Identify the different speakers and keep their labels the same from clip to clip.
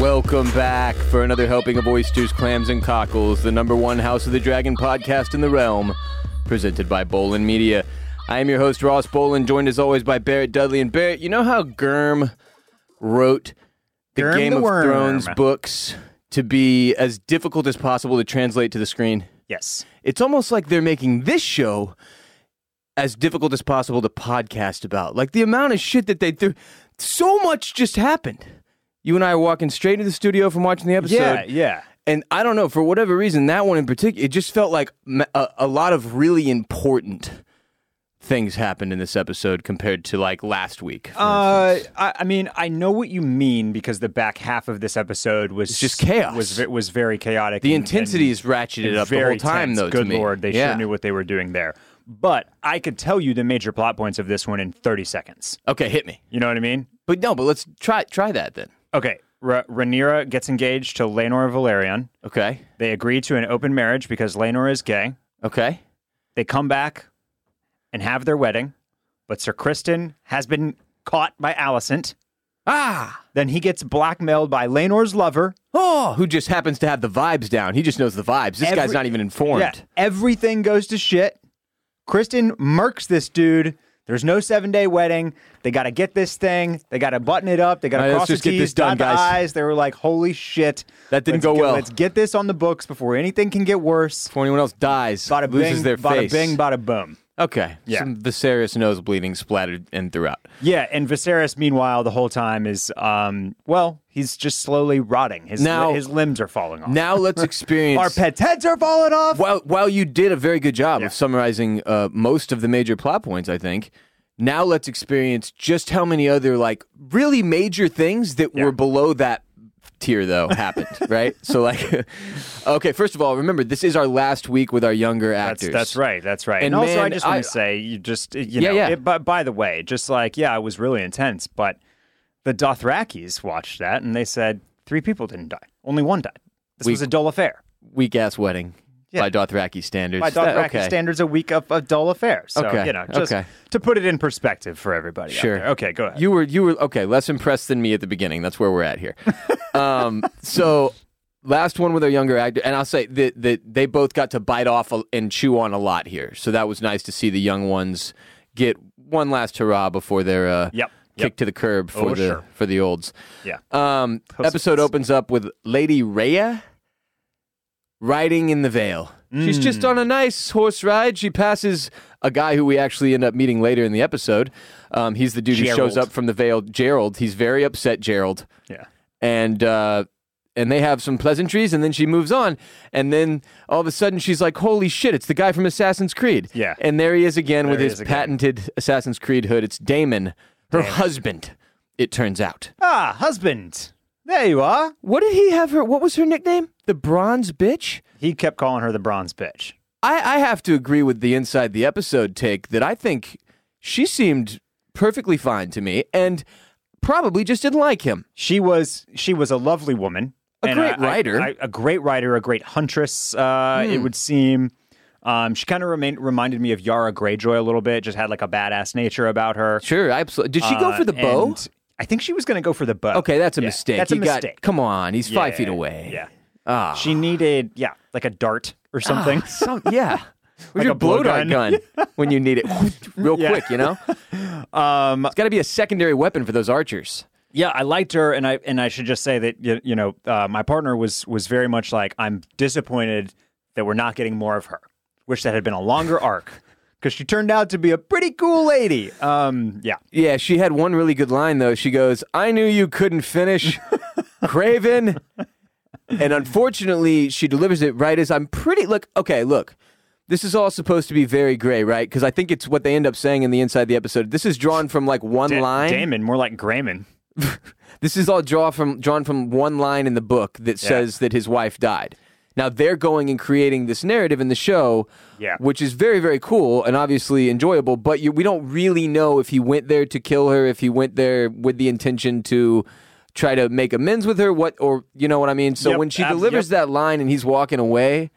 Speaker 1: Welcome back for another helping of oysters, clams, and cockles, the number one House of the Dragon podcast in the realm, presented by Bolin Media. I am your host, Ross Bolin, joined as always by Barrett Dudley. And Barrett, you know how Gurm wrote the
Speaker 2: Gurm
Speaker 1: Game
Speaker 2: the
Speaker 1: of
Speaker 2: Worm.
Speaker 1: Thrones books to be as difficult as possible to translate to the screen?
Speaker 2: Yes.
Speaker 1: It's almost like they're making this show as difficult as possible to podcast about. Like the amount of shit that they threw, so much just happened. You and I are walking straight to the studio from watching the episode.
Speaker 2: Yeah, yeah.
Speaker 1: And I don't know, for whatever reason, that one in particular, it just felt like ma- a, a lot of really important things happened in this episode compared to like last week. for
Speaker 2: Uh,
Speaker 1: instance.
Speaker 2: I, I mean, I know what you mean because the back half of this episode was
Speaker 1: just chaos.
Speaker 2: Was ve- was very chaotic.
Speaker 1: the
Speaker 2: and-
Speaker 1: intensity
Speaker 2: and-
Speaker 1: is ratcheted
Speaker 2: and
Speaker 1: up the whole
Speaker 2: very
Speaker 1: time,
Speaker 2: tense.
Speaker 1: though.
Speaker 2: Good
Speaker 1: to me.
Speaker 2: lord, they
Speaker 1: yeah.
Speaker 2: sure knew what they were doing there. But I could tell you the major plot points of this one in 30 seconds.
Speaker 1: Okay, hit me.
Speaker 2: You know what I mean?
Speaker 1: But no, but let's try try that then.
Speaker 2: Okay, R- Rhaenyra gets engaged to Laenor Valerian.
Speaker 1: Okay,
Speaker 2: They agree to an open marriage because Laenor is gay.
Speaker 1: okay.
Speaker 2: They come back and have their wedding, but Sir Kristen has been caught by Alicent.
Speaker 1: Ah,
Speaker 2: Then he gets blackmailed by Lanor's lover.
Speaker 1: Oh, who just happens to have the vibes down. He just knows the vibes. This
Speaker 2: Every-
Speaker 1: guy's not even informed.
Speaker 2: Yeah, everything goes to shit. Kristen murks this dude. There's no seven day wedding. They got to get this thing. They got to button it up. They got
Speaker 1: All
Speaker 2: to
Speaker 1: right,
Speaker 2: cross
Speaker 1: let's just
Speaker 2: the
Speaker 1: get
Speaker 2: T's,
Speaker 1: this done,
Speaker 2: dot the
Speaker 1: guys.
Speaker 2: I's. They were like, "Holy shit,
Speaker 1: That didn't
Speaker 2: Let's
Speaker 1: go
Speaker 2: get-
Speaker 1: well.
Speaker 2: Let's get this on the books before anything can get worse."
Speaker 1: Before anyone else dies,
Speaker 2: Bada
Speaker 1: loses
Speaker 2: bing,
Speaker 1: their
Speaker 2: bada
Speaker 1: face.
Speaker 2: bing, bada boom.
Speaker 1: okay,
Speaker 2: Yeah.
Speaker 1: some Viserys nose bleeding splattered in throughout.
Speaker 2: Yeah, and Viserys, meanwhile, the whole time is, um, well, he's just slowly rotting. His
Speaker 1: Now-
Speaker 2: his limbs are falling off.
Speaker 1: Now let's experience.
Speaker 2: Our pet's heads are falling off.
Speaker 1: while while you did a very good job of summarizing uh, most of the major plot points, I think. Now let's experience just how many other like really major things that were below that tier though happened, right? So like, okay, first of all, remember this is our last week with our younger
Speaker 2: That's,
Speaker 1: actors.
Speaker 2: that's right. That's right.
Speaker 1: And
Speaker 2: And, also, I
Speaker 1: man,
Speaker 2: just want
Speaker 1: I-
Speaker 2: to say, you just, you
Speaker 1: Yeah,
Speaker 2: know,
Speaker 1: yeah.
Speaker 2: It, but by the way, just like, yeah, it was really intense, but the Dothrakis watched that and they said three people didn't die. Only one died. This was a dull affair.
Speaker 1: Weak ass wedding by Dothraki standards.
Speaker 2: By
Speaker 1: That-
Speaker 2: Dothraki
Speaker 1: okay.
Speaker 2: standards, a week of a dull affair. So,
Speaker 1: Okay,
Speaker 2: you know, just
Speaker 1: okay.
Speaker 2: to put it in perspective for everybody. out
Speaker 1: Sure.
Speaker 2: there. Okay, go ahead.
Speaker 1: You were you were okay, less impressed than me at the beginning. That's where we're at here. um, so last one with our younger actor, and I'll say that that they both got to bite off a, and chew on a lot here. So that was nice to see the young ones get one last hurrah before their uh,
Speaker 2: Yep,
Speaker 1: kick
Speaker 2: yep.
Speaker 1: to the curb for the
Speaker 2: Oh, sure.
Speaker 1: for the olds.
Speaker 2: yeah.
Speaker 1: Um,
Speaker 2: Puss
Speaker 1: episode
Speaker 2: puss.
Speaker 1: opens up with Lady Rhea riding in the veil. She's just
Speaker 2: Mm.
Speaker 1: on a nice horse ride. She passes a guy who we actually end up meeting later in the episode. Um, he's the dude who shows
Speaker 2: Gerald.
Speaker 1: up from the veil. Gerald. He's very upset, Gerald,
Speaker 2: Yeah.
Speaker 1: and uh, and they have some pleasantries, and then she moves on. And then all of a sudden, she's like, "Holy shit! It's the guy from Assassin's Creed."
Speaker 2: Yeah.
Speaker 1: And there he is again with
Speaker 2: he
Speaker 1: his
Speaker 2: is again.
Speaker 1: patented Assassin's Creed hood. It's Damon, her husband. It turns out.
Speaker 2: Ah, husband. There you are.
Speaker 1: What did he have her? What was her nickname? The Bronze Bitch?
Speaker 2: He kept calling her the bronze bitch.
Speaker 1: I, I have to agree with the inside the episode take that I think she seemed perfectly fine to me and probably just didn't like him.
Speaker 2: She was she was a lovely woman,
Speaker 1: A
Speaker 2: And
Speaker 1: great
Speaker 2: I- I-
Speaker 1: writer. Hmm.
Speaker 2: I- a great writer, a great huntress. Uh, It would seem. Um, she kind of remain, reminded me of Yara Greyjoy a little bit. Just had like a badass nature about her.
Speaker 1: Sure, I absolutely. Did she go
Speaker 2: Uh,
Speaker 1: for the bow?
Speaker 2: and I think she was going to go for the bow.
Speaker 1: Okay, that's a
Speaker 2: Yeah,
Speaker 1: mistake.
Speaker 2: That's a
Speaker 1: He got-
Speaker 2: mistake.
Speaker 1: come on, he's five
Speaker 2: Yeah,
Speaker 1: feet away.
Speaker 2: Yeah,
Speaker 1: Ah.
Speaker 2: she needed yeah like a dart or something.
Speaker 1: Some, yeah. With
Speaker 2: Like
Speaker 1: your
Speaker 2: a
Speaker 1: blow
Speaker 2: blow
Speaker 1: dart gun when you need it real
Speaker 2: Yeah.
Speaker 1: quick, you know?
Speaker 2: um,
Speaker 1: It's got to be a secondary weapon for those archers.
Speaker 2: yeah, I liked her, and I and I should just say that you, you know uh, my partner was was very much like I'm disappointed that we're not getting more of her. Wish that had been a longer arc because she turned out to be a pretty cool lady. Um, yeah,
Speaker 1: Yeah, she had one really good line though. She goes, "I knew you couldn't finish, Craven." And unfortunately, she delivers it right as I'm pretty look, okay, look. This is all supposed to be very gray, right? Cuz I think it's what they end up saying in the inside the episode. This is drawn from like one
Speaker 2: Da-
Speaker 1: line.
Speaker 2: Damon, more like Grayman.
Speaker 1: this is all draw from drawn from one line in the book that
Speaker 2: Yeah.
Speaker 1: says that his wife died. Now they're going and creating this narrative in the show,
Speaker 2: Yeah.
Speaker 1: which is very very cool and obviously enjoyable. But you, we don't really know if he went there to kill her, if he went there with the intention to try to make amends with her, what or you know what I mean. So
Speaker 2: Yep,
Speaker 1: when she
Speaker 2: ab-
Speaker 1: delivers that line and he's walking away,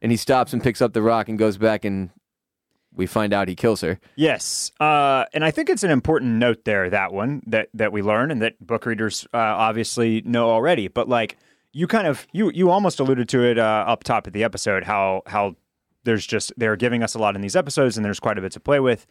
Speaker 1: and he stops and picks up the rock and goes back and we find out he kills her.
Speaker 2: Yes, uh, and I think it's an important note there that one that that we learn and that book readers uh, obviously know already. But like you kind of you you almost alluded to it uh, up top of the episode how how there's just they're giving us a lot in these episodes and there's quite a bit to play with.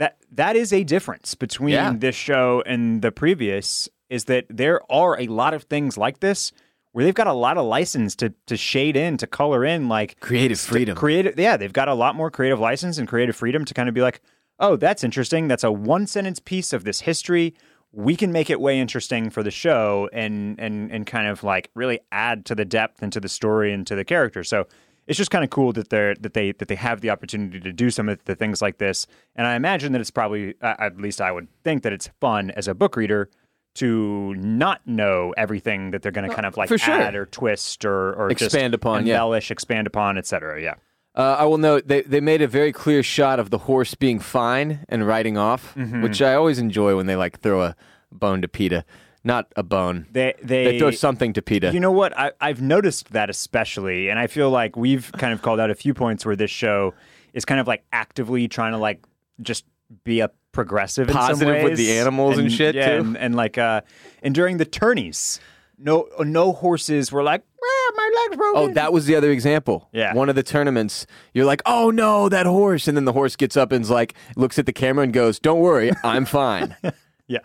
Speaker 2: That that is a difference between
Speaker 1: Yeah.
Speaker 2: this show and the previous is that there are a lot of things like this where they've got a lot of license to to shade in to color in like
Speaker 1: Creative freedom.
Speaker 2: creative yeah they've got a lot more creative license and creative freedom to kind of be like oh that's interesting that's a one sentence piece of this history we can make it way interesting for the show and and and kind of like really add to the depth and to the story and to the character so it's just kind of cool that they're that they that they have the opportunity to do some of the things like this and i imagine that it's probably uh, at least i would think that it's fun as a book reader to not know everything that they're going to kind of like
Speaker 1: for sure.
Speaker 2: add or twist or, or just
Speaker 1: Expand upon, yeah.
Speaker 2: embellish, expand upon, etc. Yeah.
Speaker 1: Uh, I will note they, they made a very clear shot of the horse being fine and riding off,
Speaker 2: Mm-hmm.
Speaker 1: which I always enjoy when they like throw a bone to PETA. Not a bone.
Speaker 2: They they,
Speaker 1: They throw something to PETA.
Speaker 2: You know what? I, I've noticed that especially, and I feel like we've kind of called out a few points where this show is kind of like actively trying to like just be a progressive, in some
Speaker 1: Positive with
Speaker 2: ways.
Speaker 1: the animals and shit,
Speaker 2: yeah,
Speaker 1: too.
Speaker 2: and, and like uh, and during the tourneys, no no horses were like "Ah, my leg's
Speaker 1: oh,
Speaker 2: broken.
Speaker 1: that was the other example.
Speaker 2: Yeah.
Speaker 1: One of the tournaments, you're like, oh no, that horse. And then the horse gets up and is like, looks at the camera and goes, don't worry, I'm fine.
Speaker 2: yeah,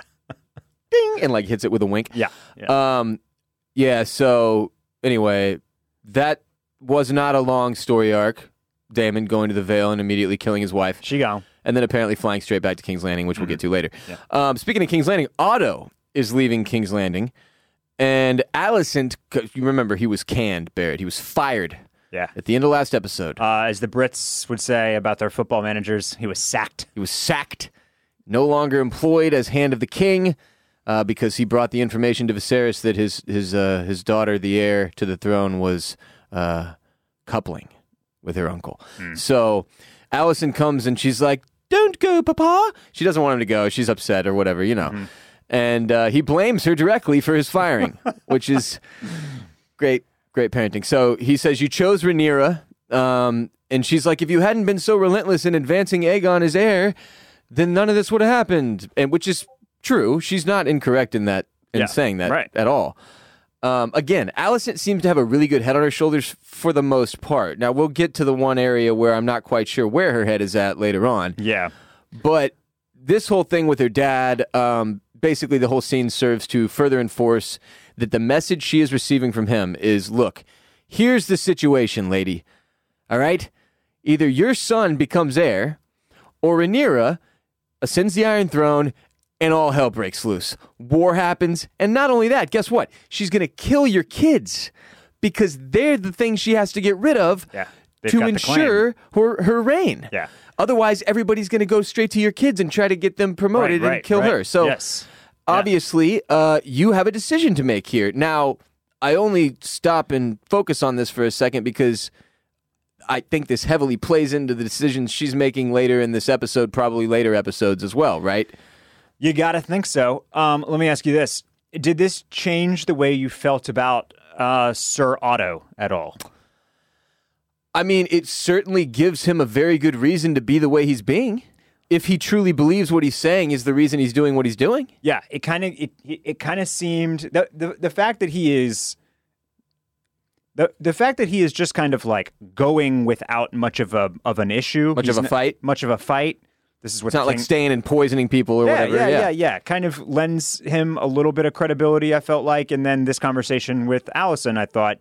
Speaker 1: Ding! And like hits it with a wink.
Speaker 2: yeah, yeah.
Speaker 1: Um, yeah. So anyway, that was not a long story arc. Damon going to the Vale and immediately killing his wife.
Speaker 2: she gone.
Speaker 1: and then apparently flying straight back to King's Landing, which we'll get to later. Um, speaking of King's Landing, Otto is leaving King's Landing, and Allison, 'cause you remember he was canned, Barrett. He was fired
Speaker 2: Yeah.
Speaker 1: at the end of last episode.
Speaker 2: Uh, as the Brits would say about their football managers, he was sacked.
Speaker 1: He was sacked, no longer employed as Hand of the King, uh, because he brought the information to Viserys that his his uh, his daughter, the heir to the throne, was uh, coupling with her uncle. So Allison comes and she's like, "Don't go, Papa." She doesn't want him to go. She's upset or whatever, you know. And uh, he blames her directly for his firing, which is great, great parenting. So he says, You chose Rhaenyra. Um, and she's like, If you hadn't been so relentless in advancing Aegon as heir, then none of this would have happened. And which is true. She's not incorrect in that, in
Speaker 2: Yeah,
Speaker 1: saying that
Speaker 2: right.
Speaker 1: at all. Um, again, Allison seems to have a really good head on her shoulders for the most part. Now, we'll get to the one area where I'm not quite sure where her head is at later on.
Speaker 2: Yeah.
Speaker 1: But this whole thing with her dad, um, basically, the whole scene serves to further enforce that the message she is receiving from him is look, here's the situation, lady. All right? Either your son becomes heir, or Rhaenyra ascends the Iron Throne, and all hell breaks loose. War happens. And not only that, guess what? She's going to kill your kids because they're the thing she has to get rid of
Speaker 2: Yeah. They've
Speaker 1: to
Speaker 2: got the claim.
Speaker 1: ensure her, her reign.
Speaker 2: Yeah.
Speaker 1: Otherwise, everybody's going to go straight to your kids and try to get them promoted
Speaker 2: right,
Speaker 1: and Oh, kill
Speaker 2: right.
Speaker 1: her. So,
Speaker 2: yes.
Speaker 1: obviously, uh, you have a decision to make here. Now, I only stop and focus on this for a second because I think this heavily plays into the decisions she's making later in this episode, probably later episodes as well, right?
Speaker 2: You gotta think so. Um, let me ask you this: Did this change the way you felt about uh, Sir Otto at all?
Speaker 1: I mean, it certainly gives him a very good reason to be the way he's being. If he truly believes what he's saying is the reason he's doing what he's doing.
Speaker 2: Yeah, it kind of it it, it kind of seemed the, the the fact that he is the the fact that he is just kind of like going without much of a of an issue,
Speaker 1: Much of
Speaker 2: He's
Speaker 1: a
Speaker 2: n-
Speaker 1: fight?
Speaker 2: much of a fight. This is what
Speaker 1: It's not like staying and poisoning people or
Speaker 2: yeah,
Speaker 1: whatever.
Speaker 2: yeah, yeah, yeah, Kind of lends him a little bit of credibility. I felt like, and then this conversation with Allison, I thought,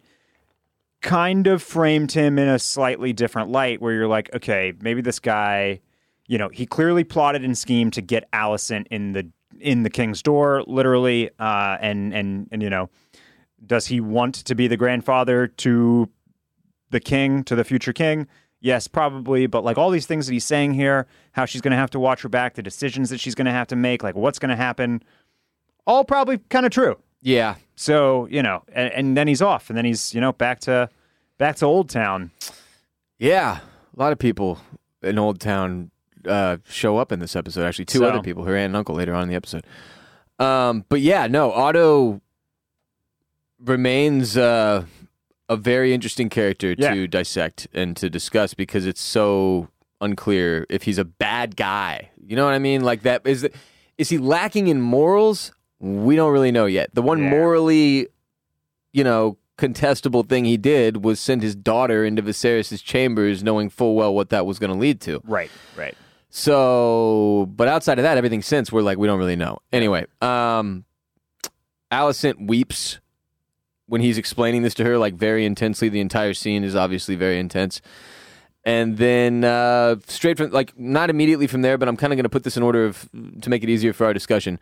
Speaker 2: kind of framed him in a slightly different light, where you're like, okay, maybe this guy, you know, he clearly plotted and schemed to get Allison in the in the king's door, literally, uh, and and and you know, does he want to be the grandfather to the king to the future king? Yes, probably, but like all these things that he's saying here, how she's going to have to watch her back, the decisions that she's going to have to make, like what's going to happen, all probably kind of true.
Speaker 1: Yeah.
Speaker 2: So you know, and, and then he's off, and then he's you know back to back to Old Town.
Speaker 1: Yeah. A lot of people in Old Town uh, show up in this episode, actually. Two
Speaker 2: So-
Speaker 1: other people, her aunt and uncle, later on in the episode. Um, but yeah, no, Otto remains uh, a very interesting character
Speaker 2: Yeah.
Speaker 1: to dissect and to discuss because it's so unclear if he's a bad guy. You know what I mean? Like that is the, is he lacking in morals? We don't really know yet. The one
Speaker 2: Yeah.
Speaker 1: morally, you know, contestable thing he did was send his daughter into Viserys' chambers, knowing full well what that was going to lead to.
Speaker 2: Right, right.
Speaker 1: So, but outside of that, everything since we're like we don't really know. Anyway, um, Alicent weeps when he's explaining this to her like very intensely. The entire scene is obviously very intense. And then uh, straight from like not immediately from there, but I'm kind of going to put this in order of to make it easier for our discussion.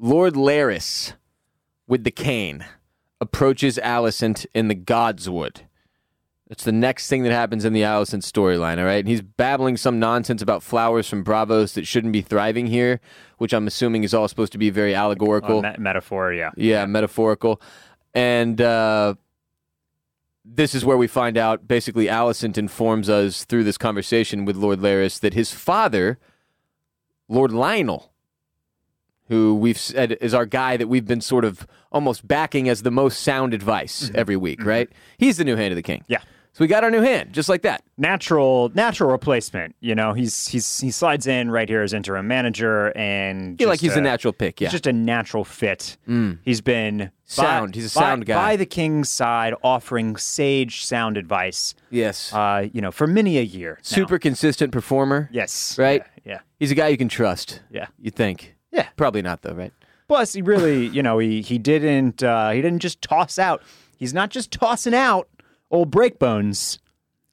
Speaker 1: Lord Laris with the cane approaches Alicent in the Godswood. That's the next thing that happens in the Allison storyline, all right? And he's babbling some nonsense about flowers from Bravos that shouldn't be thriving here, which I'm assuming is all supposed to be very allegorical.
Speaker 2: Well, me- metaphor, yeah.
Speaker 1: Yeah, metaphorical. And uh, this is where we find out basically, Alicent informs us through this conversation with Lord Laris that his father, Lord Lionel, who we've said is our guy that we've been sort of almost backing as the most sound advice
Speaker 2: Mm-hmm.
Speaker 1: every week, right? He's the new hand of the king.
Speaker 2: Yeah.
Speaker 1: So we got our new hand, just like that.
Speaker 2: Natural, natural replacement. You know, he's he's he slides in right here as interim manager, and
Speaker 1: Feel like
Speaker 2: just uh,
Speaker 1: he's a
Speaker 2: a-
Speaker 1: natural pick. Yeah. Mm.
Speaker 2: He's just a natural fit. He's been
Speaker 1: Sound.
Speaker 2: by-
Speaker 1: He's a sound
Speaker 2: by-
Speaker 1: guy.
Speaker 2: by the king's side, offering sage sound advice.
Speaker 1: yes.
Speaker 2: Uh, you know, for many a year. now.
Speaker 1: Super consistent performer.
Speaker 2: Yes.
Speaker 1: Right?
Speaker 2: Yeah.
Speaker 1: He's a guy you can trust.
Speaker 2: Yeah.
Speaker 1: You think?
Speaker 2: Yeah.
Speaker 1: Probably not though, right?
Speaker 2: Plus, he really, you know, he he didn't uh, he didn't just toss out. He's not just tossing out old breakbones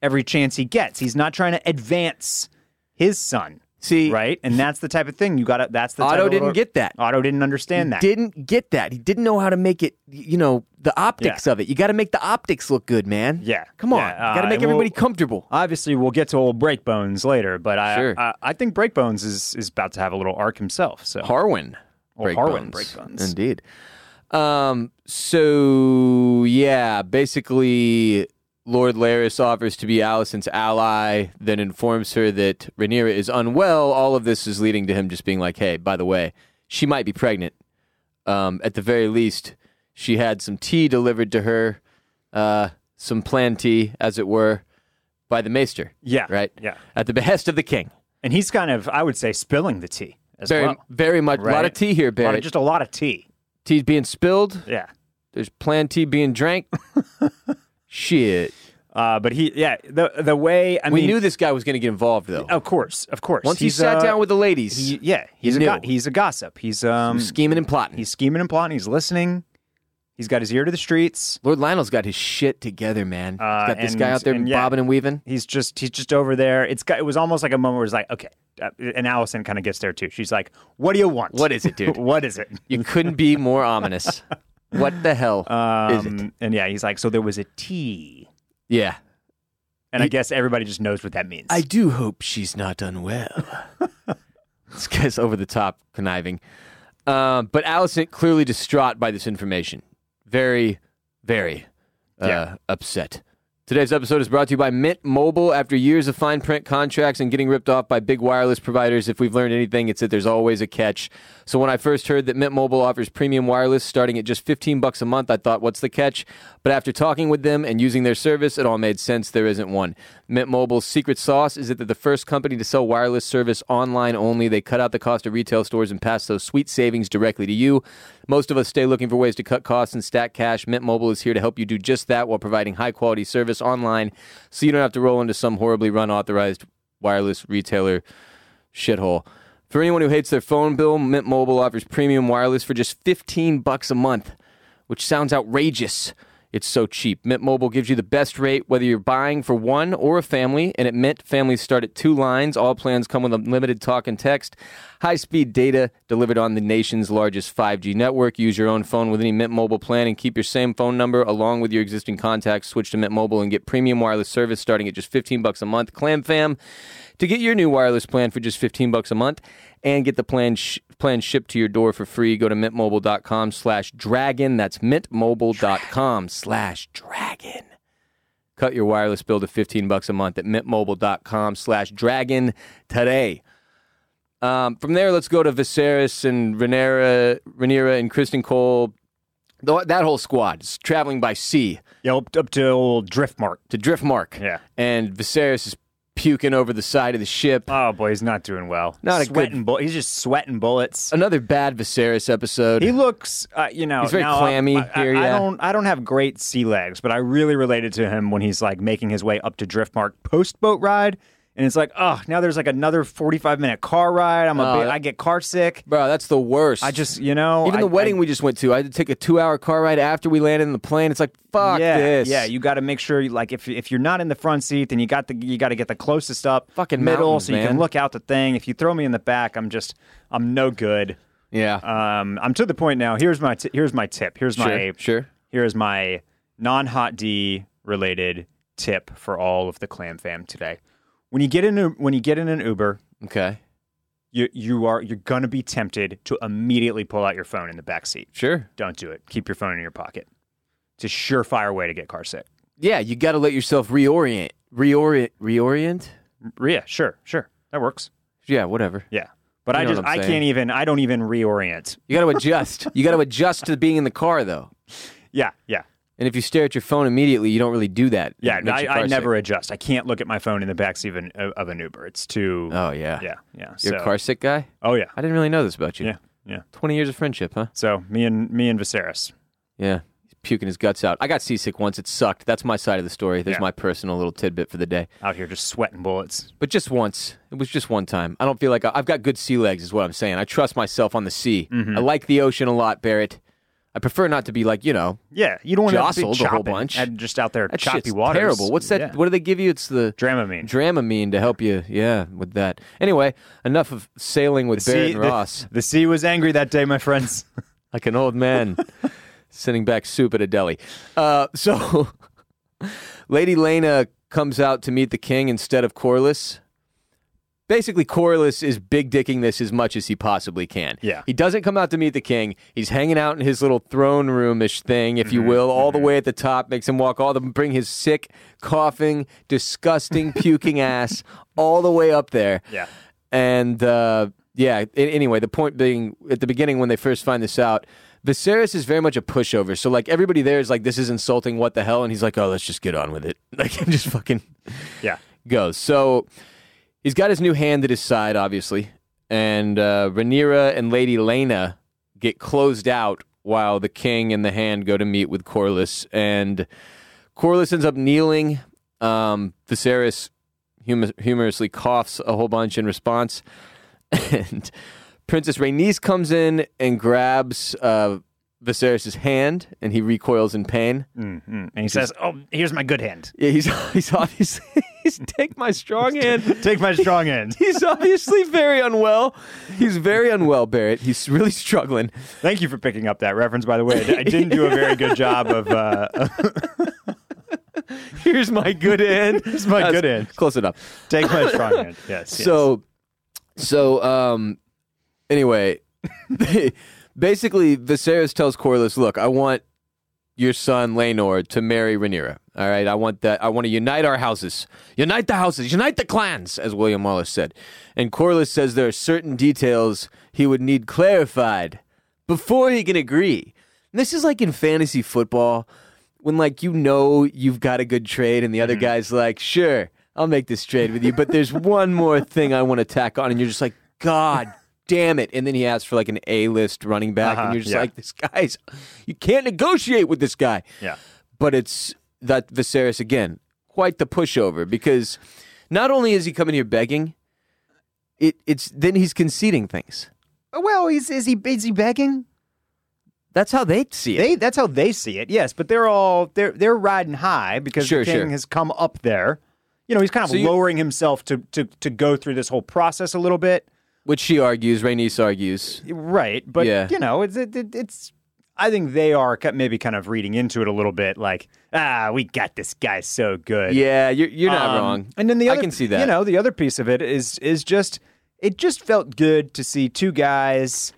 Speaker 2: every chance he gets. He's not trying to advance his son,
Speaker 1: See,
Speaker 2: right? And that's the type of thing you got. to That's the type
Speaker 1: Otto
Speaker 2: of
Speaker 1: didn't
Speaker 2: little-
Speaker 1: get that.
Speaker 2: Otto didn't understand that.
Speaker 1: Didn't get that. He didn't know how to make it. You know the optics of it. You got to make the optics look good, man.
Speaker 2: Yeah.
Speaker 1: Come on.
Speaker 2: Yeah, uh,
Speaker 1: got to make
Speaker 2: well-
Speaker 1: everybody comfortable.
Speaker 2: Obviously, we'll get to old Breakbones later, but I
Speaker 1: Sure.
Speaker 2: I, I think Breakbones is is about to have a little arc himself. So
Speaker 1: Harwin.
Speaker 2: Oh,
Speaker 1: breakbones.
Speaker 2: Harwin breakbones.
Speaker 1: Indeed. Um. So yeah, basically, Lord Laris offers to be Allison's ally, then informs her that Rhaenyra is unwell. All of this is leading to him just being like, "Hey, by the way, she might be pregnant. Um, at the very least, she had some tea delivered to her, uh, some plan tea, as it were, by the maester.
Speaker 2: yeah,
Speaker 1: Right.
Speaker 2: yeah.
Speaker 1: At the behest of the king.
Speaker 2: And he's kind of, I would say, spilling the tea as
Speaker 1: Very,
Speaker 2: well.
Speaker 1: very much. A lot of
Speaker 2: right.
Speaker 1: tea here,
Speaker 2: A lot of-
Speaker 1: Barry.
Speaker 2: just a lot of tea.
Speaker 1: Tea's being spilled.
Speaker 2: Yeah.
Speaker 1: There's plan T being drank. Shit.
Speaker 2: Uh, but he, yeah, the the way I
Speaker 1: We
Speaker 2: mean,
Speaker 1: knew this guy was going to get involved, though.
Speaker 2: of course, of course.
Speaker 1: Once he
Speaker 2: He's,
Speaker 1: sat
Speaker 2: uh,
Speaker 1: down with the ladies,
Speaker 2: he- yeah, he's
Speaker 1: knew.
Speaker 2: a go- he's a gossip. He's um
Speaker 1: scheming and plotting.
Speaker 2: he's scheming and plotting. He's listening. He's got his ear to the streets.
Speaker 1: Lord Lionel's got his shit together, man. he's
Speaker 2: Uh,
Speaker 1: got this
Speaker 2: and-
Speaker 1: guy out there
Speaker 2: and yeah.
Speaker 1: bobbing and weaving.
Speaker 2: He's just he's just over there. It's got, it was almost like a moment where it's like okay, uh, and Allison kind of gets there too. She's like, "What do you want?
Speaker 1: What is it, dude?
Speaker 2: what is it?"
Speaker 1: You couldn't be more ominous. What the hell is it?
Speaker 2: Um, and yeah, he's like, "So there was a T,"
Speaker 1: Yeah.
Speaker 2: and I guess everybody just knows what that means.
Speaker 1: I do hope she's not unwell. this guy's over the top conniving. Um, but Allison clearly distraught by this information. Very, very uh,
Speaker 2: Yeah.
Speaker 1: upset. Today's episode is brought to you by Mint Mobile. After years of fine print contracts and getting ripped off by big wireless providers, if we've learned anything, it's that there's always a catch. So when I first heard that Mint Mobile offers premium wireless starting at just 15 bucks a month, I thought, what's the catch? But after talking with them and using their service, it all made sense. There isn't one. Mint Mobile's secret sauce is that they're the first company to sell wireless service online only. They cut out the cost of retail stores and pass those sweet savings directly to you. Most of us stay looking for ways to cut costs and stack cash. Mint Mobile is here to help you do just that while providing high quality service online so you don't have to roll into some horribly run authorized wireless retailer shithole. For anyone who hates their phone bill, Mint Mobile offers premium wireless for just 15 bucks a month, which sounds outrageous. It's so cheap. Mint Mobile gives you the best rate whether you're buying for one or a family, and at Mint, families start at two lines. All plans come with unlimited talk and text, high speed data delivered on the nation's largest 5G network. Use your own phone with any Mint Mobile plan and keep your same phone number along with your existing contacts. Switch to Mint Mobile and get premium wireless service starting at just 15 bucks a month. ClamFam to get your new wireless plan for just 15 bucks a month and get the plan sh- plan shipped to your door for free go to mintmobile.com slash dragon that's mintmobile.com slash dragon cut your wireless bill to 15 bucks a month at mintmobile.com slash dragon today um, from there let's go to Viserys and Rhaenyra, Rhaenyra and Kristen Cole Th- that whole squad is traveling by sea
Speaker 2: Yeah, up, up to old Driftmark.
Speaker 1: to Driftmark
Speaker 2: Yeah.
Speaker 1: and Viserys is puking over the side of the ship
Speaker 2: Oh boy, he's not doing well.
Speaker 1: Not a good-
Speaker 2: sweating bu- He's just sweating bullets.
Speaker 1: another bad Viserys episode
Speaker 2: He looks, uh, you know,
Speaker 1: He's very
Speaker 2: now,
Speaker 1: clammy
Speaker 2: I, I-
Speaker 1: here,
Speaker 2: I
Speaker 1: yeah.
Speaker 2: don't, I don't have great sea legs, but I really related to him when he's like making his way up to Driftmark post boat ride, and it's like, oh, now there's like another 45 minute car ride. I'm a,
Speaker 1: Oh,
Speaker 2: bit-
Speaker 1: that-
Speaker 2: I get car sick.
Speaker 1: Bro, that's the worst.
Speaker 2: I just, you know,
Speaker 1: even
Speaker 2: I-
Speaker 1: the wedding
Speaker 2: I-
Speaker 1: we just went to. I had to take a two-hour car ride after we landed in the plane. It's like fuck
Speaker 2: yeah,
Speaker 1: this.
Speaker 2: yeah. You got to make sure, you- like, if if you're not in the front seat, then you got the you got to get the closest up,
Speaker 1: Fucking
Speaker 2: middle,
Speaker 1: mountains,
Speaker 2: so you can
Speaker 1: man.
Speaker 2: look out the thing. If you throw me in the back, I'm just, I'm no good.
Speaker 1: yeah.
Speaker 2: Um, I'm to the point now. Here's my t- here's my tip. Here's
Speaker 1: sure,
Speaker 2: my
Speaker 1: sure.
Speaker 2: here is my non hot D related tip for all of the clam fam today. When you get in a, when you get in an Uber,
Speaker 1: Okay,
Speaker 2: you you are you're gonna be tempted to immediately pull out your phone in the back seat.
Speaker 1: sure.
Speaker 2: Don't do it. Keep your phone in your pocket. It's a surefire way to get car sick.
Speaker 1: Yeah, you got to let yourself reorient, reorient, reorient.
Speaker 2: Yeah, sure, sure, that works.
Speaker 1: Yeah, whatever.
Speaker 2: Yeah, but
Speaker 1: You
Speaker 2: I
Speaker 1: know what
Speaker 2: just
Speaker 1: I'm
Speaker 2: I
Speaker 1: saying.
Speaker 2: can't even I don't even reorient.
Speaker 1: You got to adjust. you got to adjust to being in the car though.
Speaker 2: Yeah, yeah,
Speaker 1: And if you stare at your phone immediately, you don't really do that.
Speaker 2: yeah.
Speaker 1: It makes
Speaker 2: I,
Speaker 1: you
Speaker 2: I
Speaker 1: car
Speaker 2: never
Speaker 1: sick.
Speaker 2: adjust. I can't look at my phone in the back seat of an, of an Uber. It's too.
Speaker 1: Oh yeah.
Speaker 2: yeah, yeah.
Speaker 1: You're
Speaker 2: so-
Speaker 1: a car sick guy.
Speaker 2: Oh yeah,
Speaker 1: I didn't really know this about you.
Speaker 2: yeah, yeah.
Speaker 1: Twenty years of friendship, huh?
Speaker 2: So me and me and Viserys.
Speaker 1: Yeah. He's puking his guts out. I got seasick once. It sucked. That's my side of the story. There's
Speaker 2: Yeah.
Speaker 1: my personal little tidbit for the day.
Speaker 2: out here just sweating bullets.
Speaker 1: But just once. It was just one time. I don't feel like I, I've got good sea legs, is what I'm saying. I trust myself on the sea.
Speaker 2: Mm-hmm.
Speaker 1: I like the ocean a lot, Barrett. I prefer not to be like, you know,
Speaker 2: Yeah, you don't want to
Speaker 1: Jostled
Speaker 2: be
Speaker 1: a whole
Speaker 2: chopping
Speaker 1: bunch.
Speaker 2: and just out there
Speaker 1: that
Speaker 2: choppy
Speaker 1: shit's
Speaker 2: waters.
Speaker 1: terrible. What's that?
Speaker 2: Yeah.
Speaker 1: What do they give you? It's the
Speaker 2: Dramamine.
Speaker 1: Dramamine to help you, yeah, with that. Anyway, enough of sailing with Barrett
Speaker 2: the,
Speaker 1: and Ross,
Speaker 2: the sea was angry that day, my friends.
Speaker 1: like an old man sending back soup at a deli. Uh, so, Lady Lena comes out to meet the king instead of Corliss. Basically, Corliss is big dicking this as much as he possibly can.
Speaker 2: Yeah.
Speaker 1: He doesn't come out to meet the king. He's hanging out in his little throne room ish thing, if you will, all the way at the top, makes him walk all the bring his sick, coughing, disgusting, puking ass all the way up there.
Speaker 2: Yeah.
Speaker 1: And uh, yeah, a- anyway, the point being at the beginning when they first find this out, Viserys is very much a pushover. So like everybody there is like, this is insulting, what the hell? And he's like, oh, let's just get on with it. Like, and just fucking
Speaker 2: yeah,
Speaker 1: goes. So he's got his new hand at his side, obviously, and uh, Rhaenyra and Lady Lena get closed out while the king and the hand go to meet with Corliss, and Corliss ends up kneeling. Um, Viserys hum- humorously coughs a whole bunch in response, and Princess Rhaenys comes in and grabs uh, Viserys' hand, and he recoils in pain.
Speaker 2: Mm, and he says, "Oh, here's my good hand.
Speaker 1: Yeah, he's he's obviously he's take my strong hand.
Speaker 2: Take my strong hand.
Speaker 1: He's obviously very unwell. He's very unwell, Barrett. He's really struggling.
Speaker 2: Thank you for picking up that reference, by the way. I di- I didn't do a very good job of. Uh,
Speaker 1: Here's my good end. Here's
Speaker 2: my good end.
Speaker 1: Close enough.
Speaker 2: take my strong hand. Yes. yes.
Speaker 1: So, so um, anyway, basically, Viserys tells Corliss, "Look, I want your son Lenor to marry Rhaenyra. All right, I want that. I want to unite our houses, unite the houses, unite the clans," as William Wallace said. And Corliss says there are certain details he would need clarified before he can agree. And this is like in fantasy football when like you know you've got a good trade and the
Speaker 2: Mm-hmm.
Speaker 1: other guy's like, "Sure, I'll make this trade with you, but there's one more thing I want to tack on." And you're just like, "God, damn it." And then he asks for like an A-list running back
Speaker 2: Uh-huh,
Speaker 1: and you're just
Speaker 2: yeah.
Speaker 1: like, "This guy's you can't negotiate with this guy."
Speaker 2: yeah.
Speaker 1: But it's that Viserys again, quite the pushover because not only is he coming here begging, it, it's then he's conceding things.
Speaker 2: Well, is is he is he begging?
Speaker 1: That's how they see it.
Speaker 2: They that's how they see it. Yes, but they're all they're they're riding high because
Speaker 1: Sure,
Speaker 2: the king
Speaker 1: sure.
Speaker 2: has come up there. You know, he's kind of
Speaker 1: So you-
Speaker 2: lowering himself to to to go through this whole process a little bit.
Speaker 1: Which she argues, Rhaenys argues.
Speaker 2: Right, but
Speaker 1: Yeah.
Speaker 2: you know, it's it, it, it's. I think they are ki- maybe kind of reading into it a little bit, like ah, we got this guy so good.
Speaker 1: Yeah, you're, you're not
Speaker 2: Um,
Speaker 1: wrong.
Speaker 2: And then the other,
Speaker 1: I can see that.
Speaker 2: You know, the other piece of it is is just it just felt good to see two guys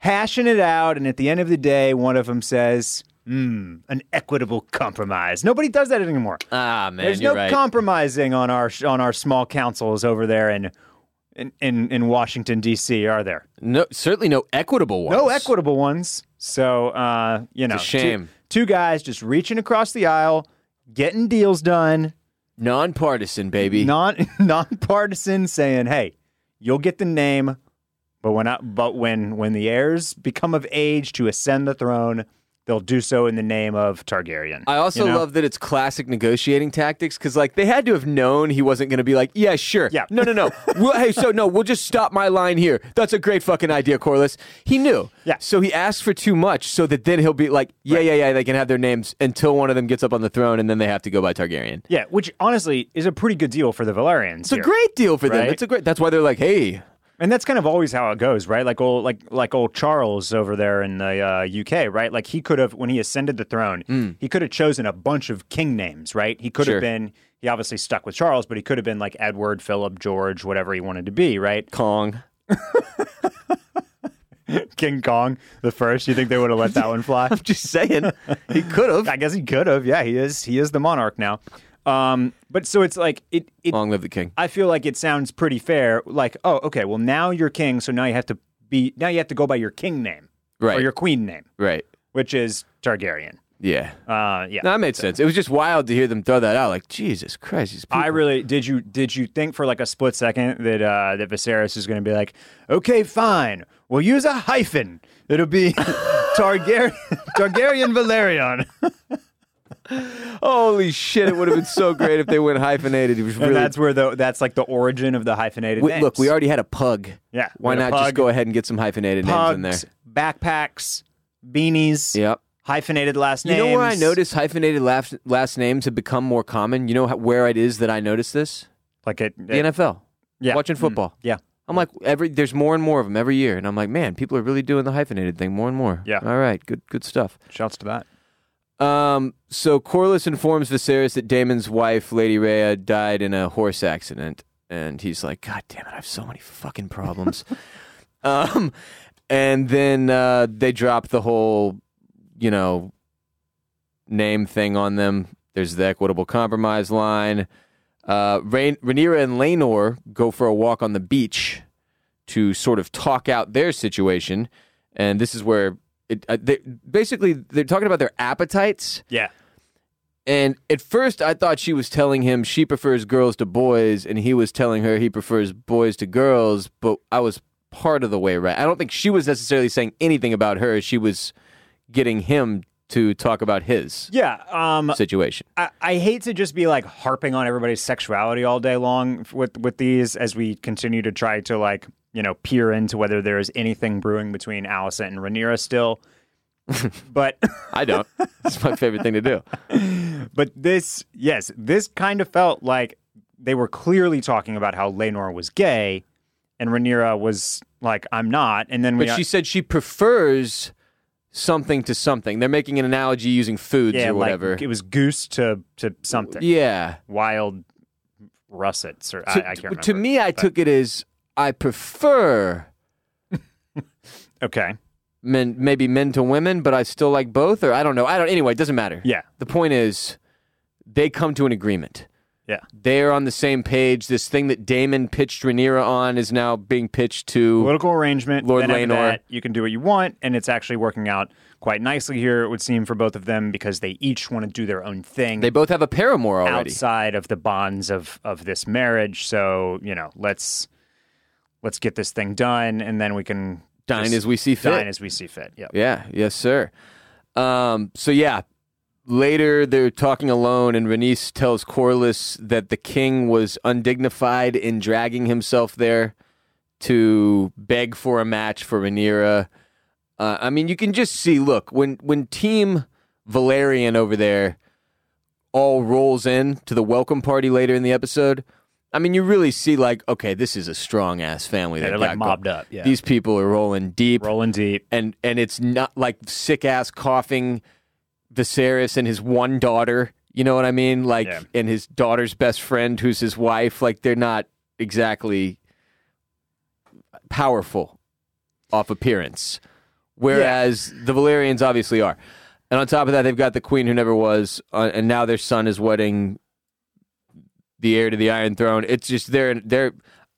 Speaker 2: hashing it out, and at the end of the day, one of them says, "Hmm, an equitable compromise." Nobody does that anymore.
Speaker 1: ah man,
Speaker 2: There's
Speaker 1: you're
Speaker 2: no
Speaker 1: right.
Speaker 2: compromising on our on our small councils over there in in in, in Washington D.C. Are there?
Speaker 1: no, certainly no equitable ones.
Speaker 2: No equitable ones. So uh, you know,
Speaker 1: a shame.
Speaker 2: Two, two guys just reaching across the aisle, getting deals done,
Speaker 1: Nonpartisan, baby.
Speaker 2: non nonpartisan, saying, "Hey, you'll get the name, but when I, but when when the heirs become of age to ascend the throne, they'll do so in the name of Targaryen."
Speaker 1: I also
Speaker 2: You know?
Speaker 1: love that it's classic negotiating tactics because, like, they had to have known he wasn't going to be like, "Yeah, sure,
Speaker 2: Yeah.
Speaker 1: no, no, no." we'll, hey, so no, we'll just stop my line here. That's a great fucking idea, Corliss. He knew.
Speaker 2: Yeah.
Speaker 1: So he asked for too much, so that then he'll be like, "Yeah, yeah, yeah." They can have their names until one of them gets up on the throne, and then they have to go by Targaryen.
Speaker 2: yeah, which honestly is a pretty good deal for the Valerians.
Speaker 1: It's a great deal for them.
Speaker 2: Right.
Speaker 1: It's a great. That's why they're like, "Hey,
Speaker 2: And that's kind of always how it goes, right? Like old, like like old Charles over there in the uh, UK, right? Like he could have, when he ascended the throne, he could have chosen a bunch of king names, right? He could
Speaker 1: Hmm. Sure.
Speaker 2: have been, he obviously stuck with Charles, but he could have been like Edward, Philip, George, whatever he wanted to be, right?
Speaker 1: Kong."
Speaker 2: King Kong the first. You think they would have let that one fly?
Speaker 1: Just saying, he could have.
Speaker 2: I guess he could have. Yeah, he is. He is the monarch now. Um, but so it's like it. it
Speaker 1: Long live the king.
Speaker 2: I feel like it sounds pretty fair. Like, oh, okay, well now you're king, so now you have to be now you have to go by your king name
Speaker 1: Right.
Speaker 2: or your queen name.
Speaker 1: Right.
Speaker 2: which is Targaryen.
Speaker 1: Yeah.
Speaker 2: Uh, yeah.
Speaker 1: No, that made sense. It was just wild to hear them throw that out. Like, Jesus Christ, these people.
Speaker 2: I really did you did you think for like a split second that uh, that Viserys is going to be like, okay, fine, we'll use a hyphen. It'll be Targaryen Targaryen Valerian.
Speaker 1: Holy shit! It would have been so great if they went hyphenated. It was really.
Speaker 2: and that's where the that's like the origin of the hyphenated.
Speaker 1: We-
Speaker 2: names.
Speaker 1: look, we already had a pug.
Speaker 2: Yeah,
Speaker 1: Why
Speaker 2: we had
Speaker 1: not
Speaker 2: a
Speaker 1: just
Speaker 2: pug.
Speaker 1: go ahead and get some hyphenated names in there?
Speaker 2: pugs, backpacks, beanies,
Speaker 1: Yep.
Speaker 2: hyphenated last
Speaker 1: You
Speaker 2: names.
Speaker 1: know where I noticed hyphenated last, last names have become more common? You know how, where it is that I noticed this?
Speaker 2: like it,
Speaker 1: The NFL.
Speaker 2: yeah,
Speaker 1: Watching
Speaker 2: Mm.
Speaker 1: football.
Speaker 2: yeah.
Speaker 1: I'm like every there's more and more of them every year, and I'm like, man, people are really doing the hyphenated thing more and more.
Speaker 2: Yeah.
Speaker 1: All right. Good. Good stuff.
Speaker 2: Shouts to that.
Speaker 1: Um, so Corliss informs Viserys that Damon's wife, Lady Rhea, died in a horse accident, and he's like, "God damn it, I have so many fucking problems." um, and then uh, they drop the whole, you know, name thing on them. There's the equitable compromise line. Uh, Rain- Rhaenyra and Lenor go for a walk on the beach to sort of talk out their situation, and this is where it uh, they, basically they're talking about their appetites.
Speaker 2: Yeah,
Speaker 1: And at first, I thought she was telling him she prefers girls to boys, and he was telling her he prefers boys to girls. But I was part of the way right. I don't think she was necessarily saying anything about her. She was getting him to talk about his
Speaker 2: yeah. Um,
Speaker 1: situation.
Speaker 2: I, I hate to just be like harping on everybody's sexuality all day long f- with with these as we continue to try to like you know peer into whether there is anything brewing between Allison and Rhaenyra still. but
Speaker 1: I don't. it's my favorite thing to do.
Speaker 2: but this yes this kind of felt like they were clearly talking about how Lenor was gay and Rhaenyra was like I'm not and then we
Speaker 1: But she said she prefers something to something. They're making an analogy using foods
Speaker 2: yeah
Speaker 1: or whatever.
Speaker 2: like it was goose to to something
Speaker 1: yeah.
Speaker 2: wild russets or I, I
Speaker 1: To,
Speaker 2: can't remember
Speaker 1: to me, I took it as I prefer
Speaker 2: okay
Speaker 1: men maybe men to women, but I still like both, or I don't know. I don't anyway, it doesn't matter.
Speaker 2: yeah
Speaker 1: The point is they come to an agreement.
Speaker 2: yeah
Speaker 1: They're on the same page. This thing that Damon pitched Rhaenyra on is now being pitched to
Speaker 2: political arrangement.
Speaker 1: Lord
Speaker 2: then after
Speaker 1: Laenor.
Speaker 2: that, you can do what you want, and it's actually working out quite nicely here. It would seem for both of them because they each want to do their own thing
Speaker 1: they both have a paramour already.
Speaker 2: outside of the bonds of of this marriage. So you know, let's let's get this thing done, and then we can
Speaker 1: Dine
Speaker 2: just
Speaker 1: as we see fit.
Speaker 2: dine as we see fit. Yeah,
Speaker 1: Yeah, yes, sir. Um, so yeah, later they're talking alone, and Renice tells Corliss that the king was undignified in dragging himself there to beg for a match for Rhaenyra. Uh, I mean, you can just see. Look, when when Team Valerian over there all rolls in to the welcome party later in the episode, I mean, you really see like, okay, this is a strong ass family.
Speaker 2: Yeah,
Speaker 1: that
Speaker 2: they're
Speaker 1: got
Speaker 2: like
Speaker 1: go-
Speaker 2: mobbed up. Yeah,
Speaker 1: These people are rolling deep,
Speaker 2: rolling deep.
Speaker 1: and and it's not like sick ass coughing Viserys and his one daughter. You know what I mean? Like,
Speaker 2: Yeah.
Speaker 1: and his daughter's best friend, who's his wife. Like, they're not exactly powerful off appearance, whereas the Valerians obviously are. And on top of that, they've got the queen who never was, uh, and now their son is wedding the heir to the Iron Throne. It's just they're they're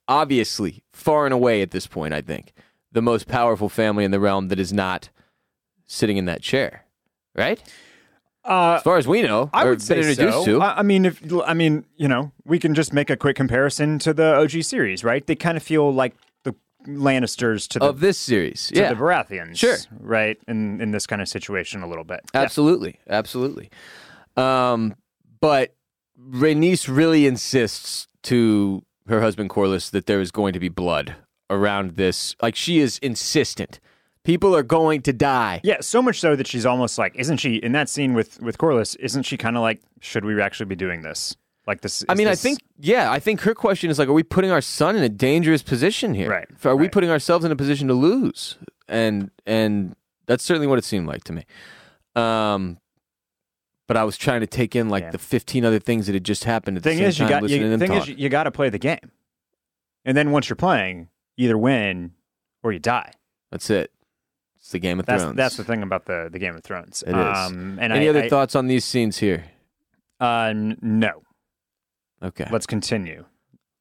Speaker 1: obviously far and away at this point. I think the most powerful family in the realm that is not sitting in that chair, right?
Speaker 2: Uh,
Speaker 1: As far as we know,
Speaker 2: I
Speaker 1: or
Speaker 2: would say
Speaker 1: been introduced
Speaker 2: so.
Speaker 1: to.
Speaker 2: I, I mean, if I mean, you know, we can just make a quick comparison to the OG series, right? They kind of feel like the Lannisters to the
Speaker 1: of this series,
Speaker 2: to
Speaker 1: yeah,
Speaker 2: the Baratheons,
Speaker 1: Sure.
Speaker 2: right? In in this kind of situation, a little bit. Yeah.
Speaker 1: Absolutely, absolutely. Um, but Rhaenys really insists to her husband Corlys that there is going to be blood around this. Like she is insistent. People are going to die.
Speaker 2: Yeah, so much so that she's almost like, isn't she in that scene with with Corliss? Isn't she kind of like, should we actually be doing this? Like this?
Speaker 1: I
Speaker 2: is
Speaker 1: mean, I
Speaker 2: this-
Speaker 1: think yeah, I think her question is like, are we putting our son in a dangerous position here?
Speaker 2: Right,
Speaker 1: Are we
Speaker 2: right.
Speaker 1: putting ourselves in a position to lose? And and that's certainly what it seemed like to me. Um, but I was trying to take in like
Speaker 2: Yeah.
Speaker 1: the fifteen other things that had just happened at
Speaker 2: thing
Speaker 1: the same
Speaker 2: is you
Speaker 1: time,
Speaker 2: got
Speaker 1: listening to
Speaker 2: you,
Speaker 1: them
Speaker 2: thing
Speaker 1: talk.
Speaker 2: is you, got to play the game, and then once you're playing, you either win or you die.
Speaker 1: That's it. It's the Game of
Speaker 2: That's
Speaker 1: Thrones.
Speaker 2: that's the thing about the the Game of Thrones.
Speaker 1: It is.
Speaker 2: Um, and
Speaker 1: Any
Speaker 2: I,
Speaker 1: other
Speaker 2: I-
Speaker 1: thoughts on these scenes here?
Speaker 2: Uh, n- no.
Speaker 1: Okay.
Speaker 2: Let's continue.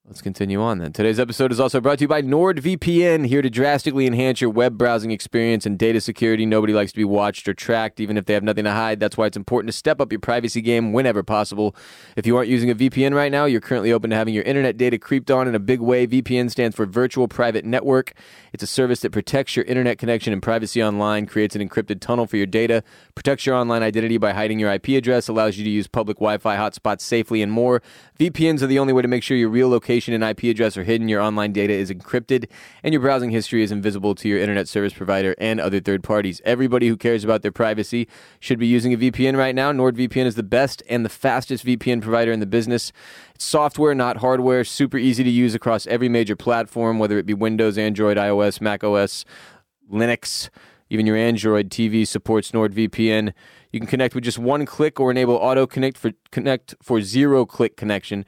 Speaker 1: Let's continue on then. Today's episode is also brought to you by NordVPN, here to drastically enhance your web browsing experience and data security. Nobody likes to be watched or tracked, even if they have nothing to hide. That's why it's important to step up your privacy game whenever possible. If you aren't using a VPN right now, you're currently open to having your internet data creeped on in a big way. VPN stands for Virtual Private Network. It's a service that protects your internet connection and privacy online, creates an encrypted tunnel for your data, protects your online identity by hiding your IP address, allows you to use public Wi Fi hotspots safely, and more. VPNs are the only way to make sure your real location and IP address are hidden, your online data is encrypted, and your browsing history is invisible to your internet service provider and other third parties. Everybody who cares about their privacy should be using a VPN right now. NordVPN is the best and the fastest VPN provider in the business. It's software, not hardware, super easy to use across every major platform, whether it be Windows, Android, iOS, Mac OS. Linux, even your Android TV supports NordVPN. You can connect with just one click or enable auto connect for connect for zero click connection.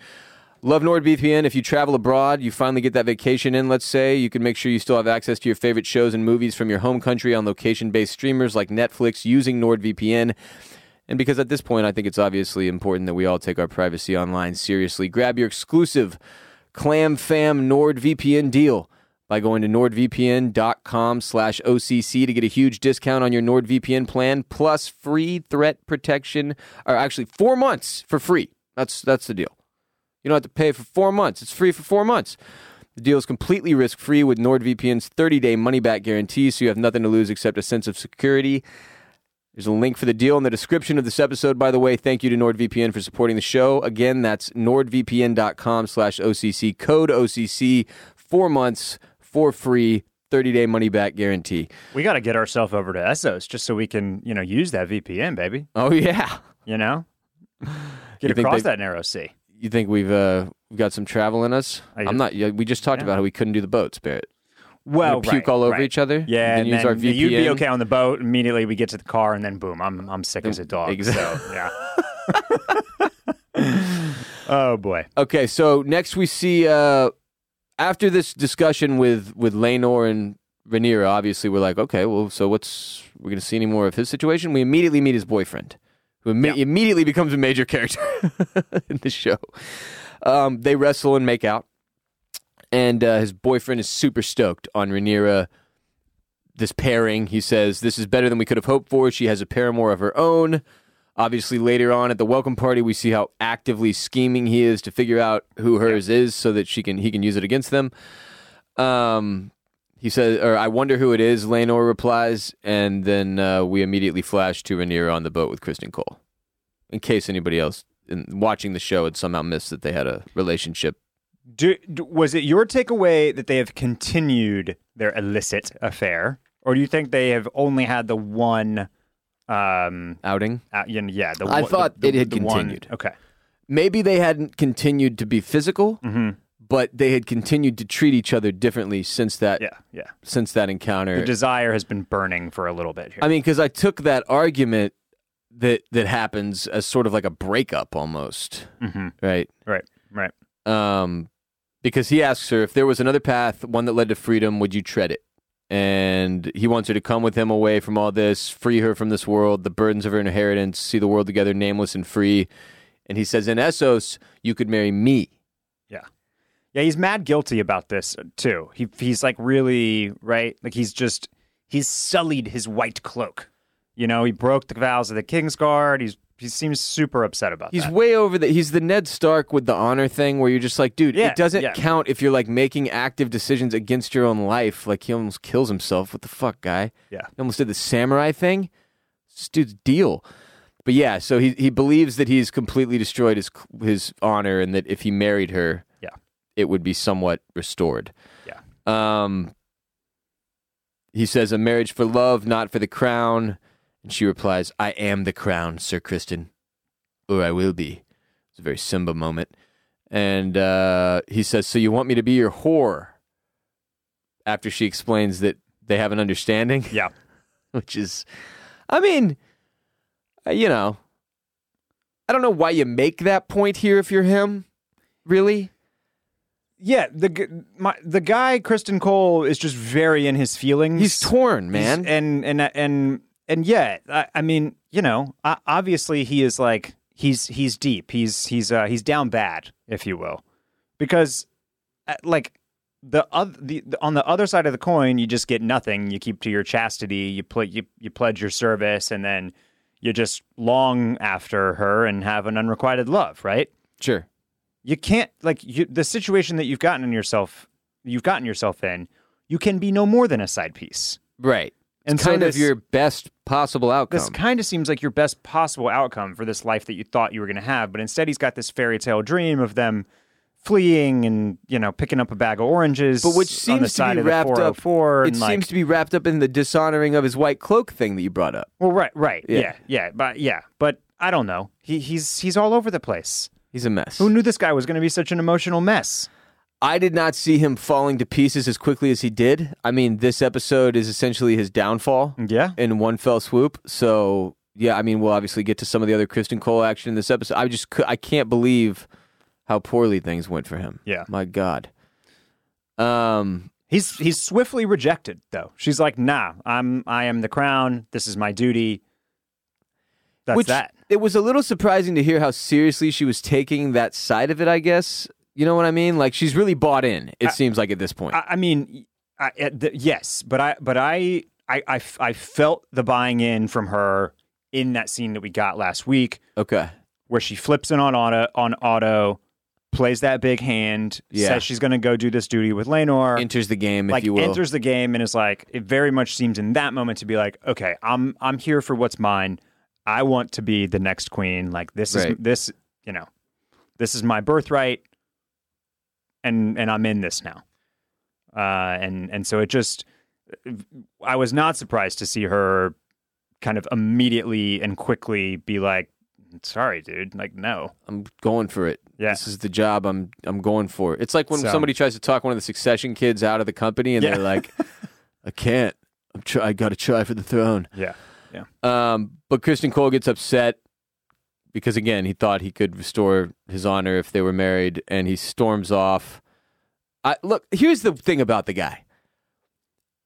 Speaker 1: Love NordVPN. If you travel abroad, you finally get that vacation in, let's say, you can make sure you still have access to your favorite shows and movies from your home country on location based streamers like Netflix using NordVPN. And because at this point, I think it's obviously important that we all take our privacy online seriously, grab your exclusive Clam Fam NordVPN deal by going to nordvpn.com slash OCC to get a huge discount on your NordVPN plan, plus free threat protection, or actually four months for free. That's, that's the deal. You don't have to pay for four months. It's free for four months. The deal is completely risk free with NordVPN's 30 day money back guarantee, so you have nothing to lose except a sense of security. There's a link for the deal in the description of this episode, by the way. Thank you to NordVPN for supporting the show. Again, that's nordvpn.com slash OCC, code OCC, four months for free, 30 day money back guarantee.
Speaker 2: We got to get ourselves over to Essos just so we can, you know, use that VPN, baby.
Speaker 1: Oh, yeah.
Speaker 2: You know, get
Speaker 1: You think
Speaker 2: across
Speaker 1: they-
Speaker 2: that narrow sea.
Speaker 1: You think we've uh, we've got some travel in us?
Speaker 2: I-
Speaker 1: I'm not. yeah, We just talked about how we couldn't do the boats, Barrett.
Speaker 2: Well,
Speaker 1: Gonna puke all over each other.
Speaker 2: Yeah,
Speaker 1: and then use our VPN.
Speaker 2: you'd be okay on the boat. Immediately, we get to the car, and then boom, I'm I'm sick as a dog.
Speaker 1: Exactly.
Speaker 2: So, yeah. oh boy.
Speaker 1: Okay, so next we see uh, after this discussion with with Lenor and Rhaenyra, obviously we're like, okay, well, so what's we're gonna see any more of his situation? We immediately meet his boyfriend, who imme-
Speaker 2: Yeah.
Speaker 1: immediately becomes a major character in the show. Um, they wrestle and make out, and uh, his boyfriend is super stoked on Rhaenyra. This pairing, he says, this is better than we could have hoped for. She has a paramour of her own. Obviously, later on at the welcome party, we see how actively scheming he is to figure out who hers is, so that she can he can use it against them. Um, he says, or I wonder who it is. Lenore replies, and then uh, we immediately flash to Rhaenyra on the boat with Kristen Cole, in case anybody else in, watching the show had somehow missed that they had a relationship.
Speaker 2: Do, do, was it your takeaway that they have continued their illicit affair? or do you think they have only had the one? Um,
Speaker 1: outing.
Speaker 2: uh, you know, yeah, the
Speaker 1: I
Speaker 2: one-
Speaker 1: thought
Speaker 2: the,
Speaker 1: it had
Speaker 2: the one-
Speaker 1: continued.
Speaker 2: okay,
Speaker 1: Maybe they hadn't continued to be physical,
Speaker 2: Mm-hmm.
Speaker 1: but they had continued to treat each other differently since that
Speaker 2: yeah, yeah.
Speaker 1: since that encounter.
Speaker 2: The desire has been burning for a little bit here.
Speaker 1: I mean, because I took that argument that that happens as sort of like a breakup almost,
Speaker 2: Mhm.
Speaker 1: right?
Speaker 2: Right, right.
Speaker 1: Um, because he asks her if there was another path, one that led to freedom, would you tread it? And he wants her to come with him away from all this, free her from this world, the burdens of her inheritance, see the world together, nameless and free. And he says, in Essos, you could marry me.
Speaker 2: Yeah, he's mad guilty about this uh, too. He he's like really right. Like he's just he's sullied his white cloak. You know, he broke the vows of the King's Guard. He's he seems super upset about
Speaker 1: He's
Speaker 2: that.
Speaker 1: way over the. He's the Ned Stark with the honor thing, where you're just like, dude,
Speaker 2: Yeah,
Speaker 1: it doesn't
Speaker 2: yeah.
Speaker 1: count if you're like making active decisions against your own life. Like he almost kills himself. What the fuck, guy?
Speaker 2: Yeah.
Speaker 1: he almost did the samurai thing. This dude's deal. But yeah, so he he believes that he's completely destroyed his his honor, and that if he married her,
Speaker 2: Yeah.
Speaker 1: it would be somewhat restored.
Speaker 2: Yeah.
Speaker 1: Um. He says, "A marriage for love, not for the crown." And she replies, "I am the crown, Sir Kristen, or I will be." It's a very Simba moment. And uh, he says, "So you want me to be your whore?" After she explains that they have an understanding
Speaker 2: Yeah.
Speaker 1: which is, I mean, uh, you know, I don't know why you make that point here if you're him, really.
Speaker 2: Yeah, the g- my, the guy Kristen Cole is just very in his feelings.
Speaker 1: He's torn,
Speaker 2: He's-
Speaker 1: man.
Speaker 2: and and and and yeah, I, I mean, you know, o- obviously he is like he's he's deep. He's he's uh, he's down bad, if you will, because uh, like the other the, the- on the other side of the coin, you just get nothing. You keep to your chastity. You pl- you you pledge your service, and then you just long after her and have an unrequited love, right?
Speaker 1: Sure.
Speaker 2: you can't like you, the situation that you've gotten in yourself you've gotten yourself in you can be no more than a side piece
Speaker 1: Right. It's
Speaker 2: And so
Speaker 1: kind
Speaker 2: this-
Speaker 1: of your best possible outcome.
Speaker 2: this kind of seems like your best possible outcome for this life that you thought you were going to have but instead he's got this fairy tale dream of them fleeing and you know picking up a bag of oranges
Speaker 1: but which
Speaker 2: on
Speaker 1: seems to
Speaker 2: the side
Speaker 1: be
Speaker 2: of the
Speaker 1: wrapped up.
Speaker 2: 404
Speaker 1: It
Speaker 2: and like
Speaker 1: seems to be wrapped up in the dishonoring of his white cloak thing that you brought up.
Speaker 2: well right right
Speaker 1: Yeah.
Speaker 2: yeah. yeah but yeah but i don't know he, he's he's all over the place
Speaker 1: He's a mess.
Speaker 2: who knew this guy was going to be such an emotional mess
Speaker 1: I did not see him falling to pieces as quickly as he did. I mean, this episode is essentially his downfall.
Speaker 2: yeah
Speaker 1: in one fell swoop. So yeah, I mean, we'll obviously get to some of the other Kristen Cole action in this episode. I just cou- I can't believe how poorly things went for him.
Speaker 2: Yeah.
Speaker 1: my God. Um,
Speaker 2: He's he's swiftly rejected though. She's like, "Nah, I'm I am the crown. This is my duty." That's
Speaker 1: which
Speaker 2: that.
Speaker 1: it was a little surprising to hear how seriously she was taking that side of it. I guess you know what I mean. Like she's really bought in. It seems like at this point.
Speaker 2: I, I mean, I, I- th- yes, but I but I, I I f- I felt the buying in from her in that scene that we got last week
Speaker 1: okay.
Speaker 2: where she flips in on auto on auto, plays that big hand,
Speaker 1: Yeah.
Speaker 2: says she's going to go do this duty with Lenore.
Speaker 1: Enters the game, if
Speaker 2: like
Speaker 1: you will.
Speaker 2: enters the game and is like it very much seems in that moment to be like okay i'm i'm here for what's mine i want to be the next queen like this is
Speaker 1: Right.
Speaker 2: this you know this is my birthright and and i'm in this now uh and and so it just i was not surprised to see her kind of immediately and quickly be like sorry dude like no
Speaker 1: I'm going for it.
Speaker 2: Yeah.
Speaker 1: This is the job I'm I'm going for. It's like when
Speaker 2: So-
Speaker 1: somebody tries to talk one of the succession kids out of the company and
Speaker 2: Yeah.
Speaker 1: they're like, I can't. I'm try I gotta try for the throne.
Speaker 2: yeah
Speaker 1: Um, but Kristen Cole gets upset because again, he thought he could restore his honor if they were married, and he storms off. I look, here's the thing about the guy.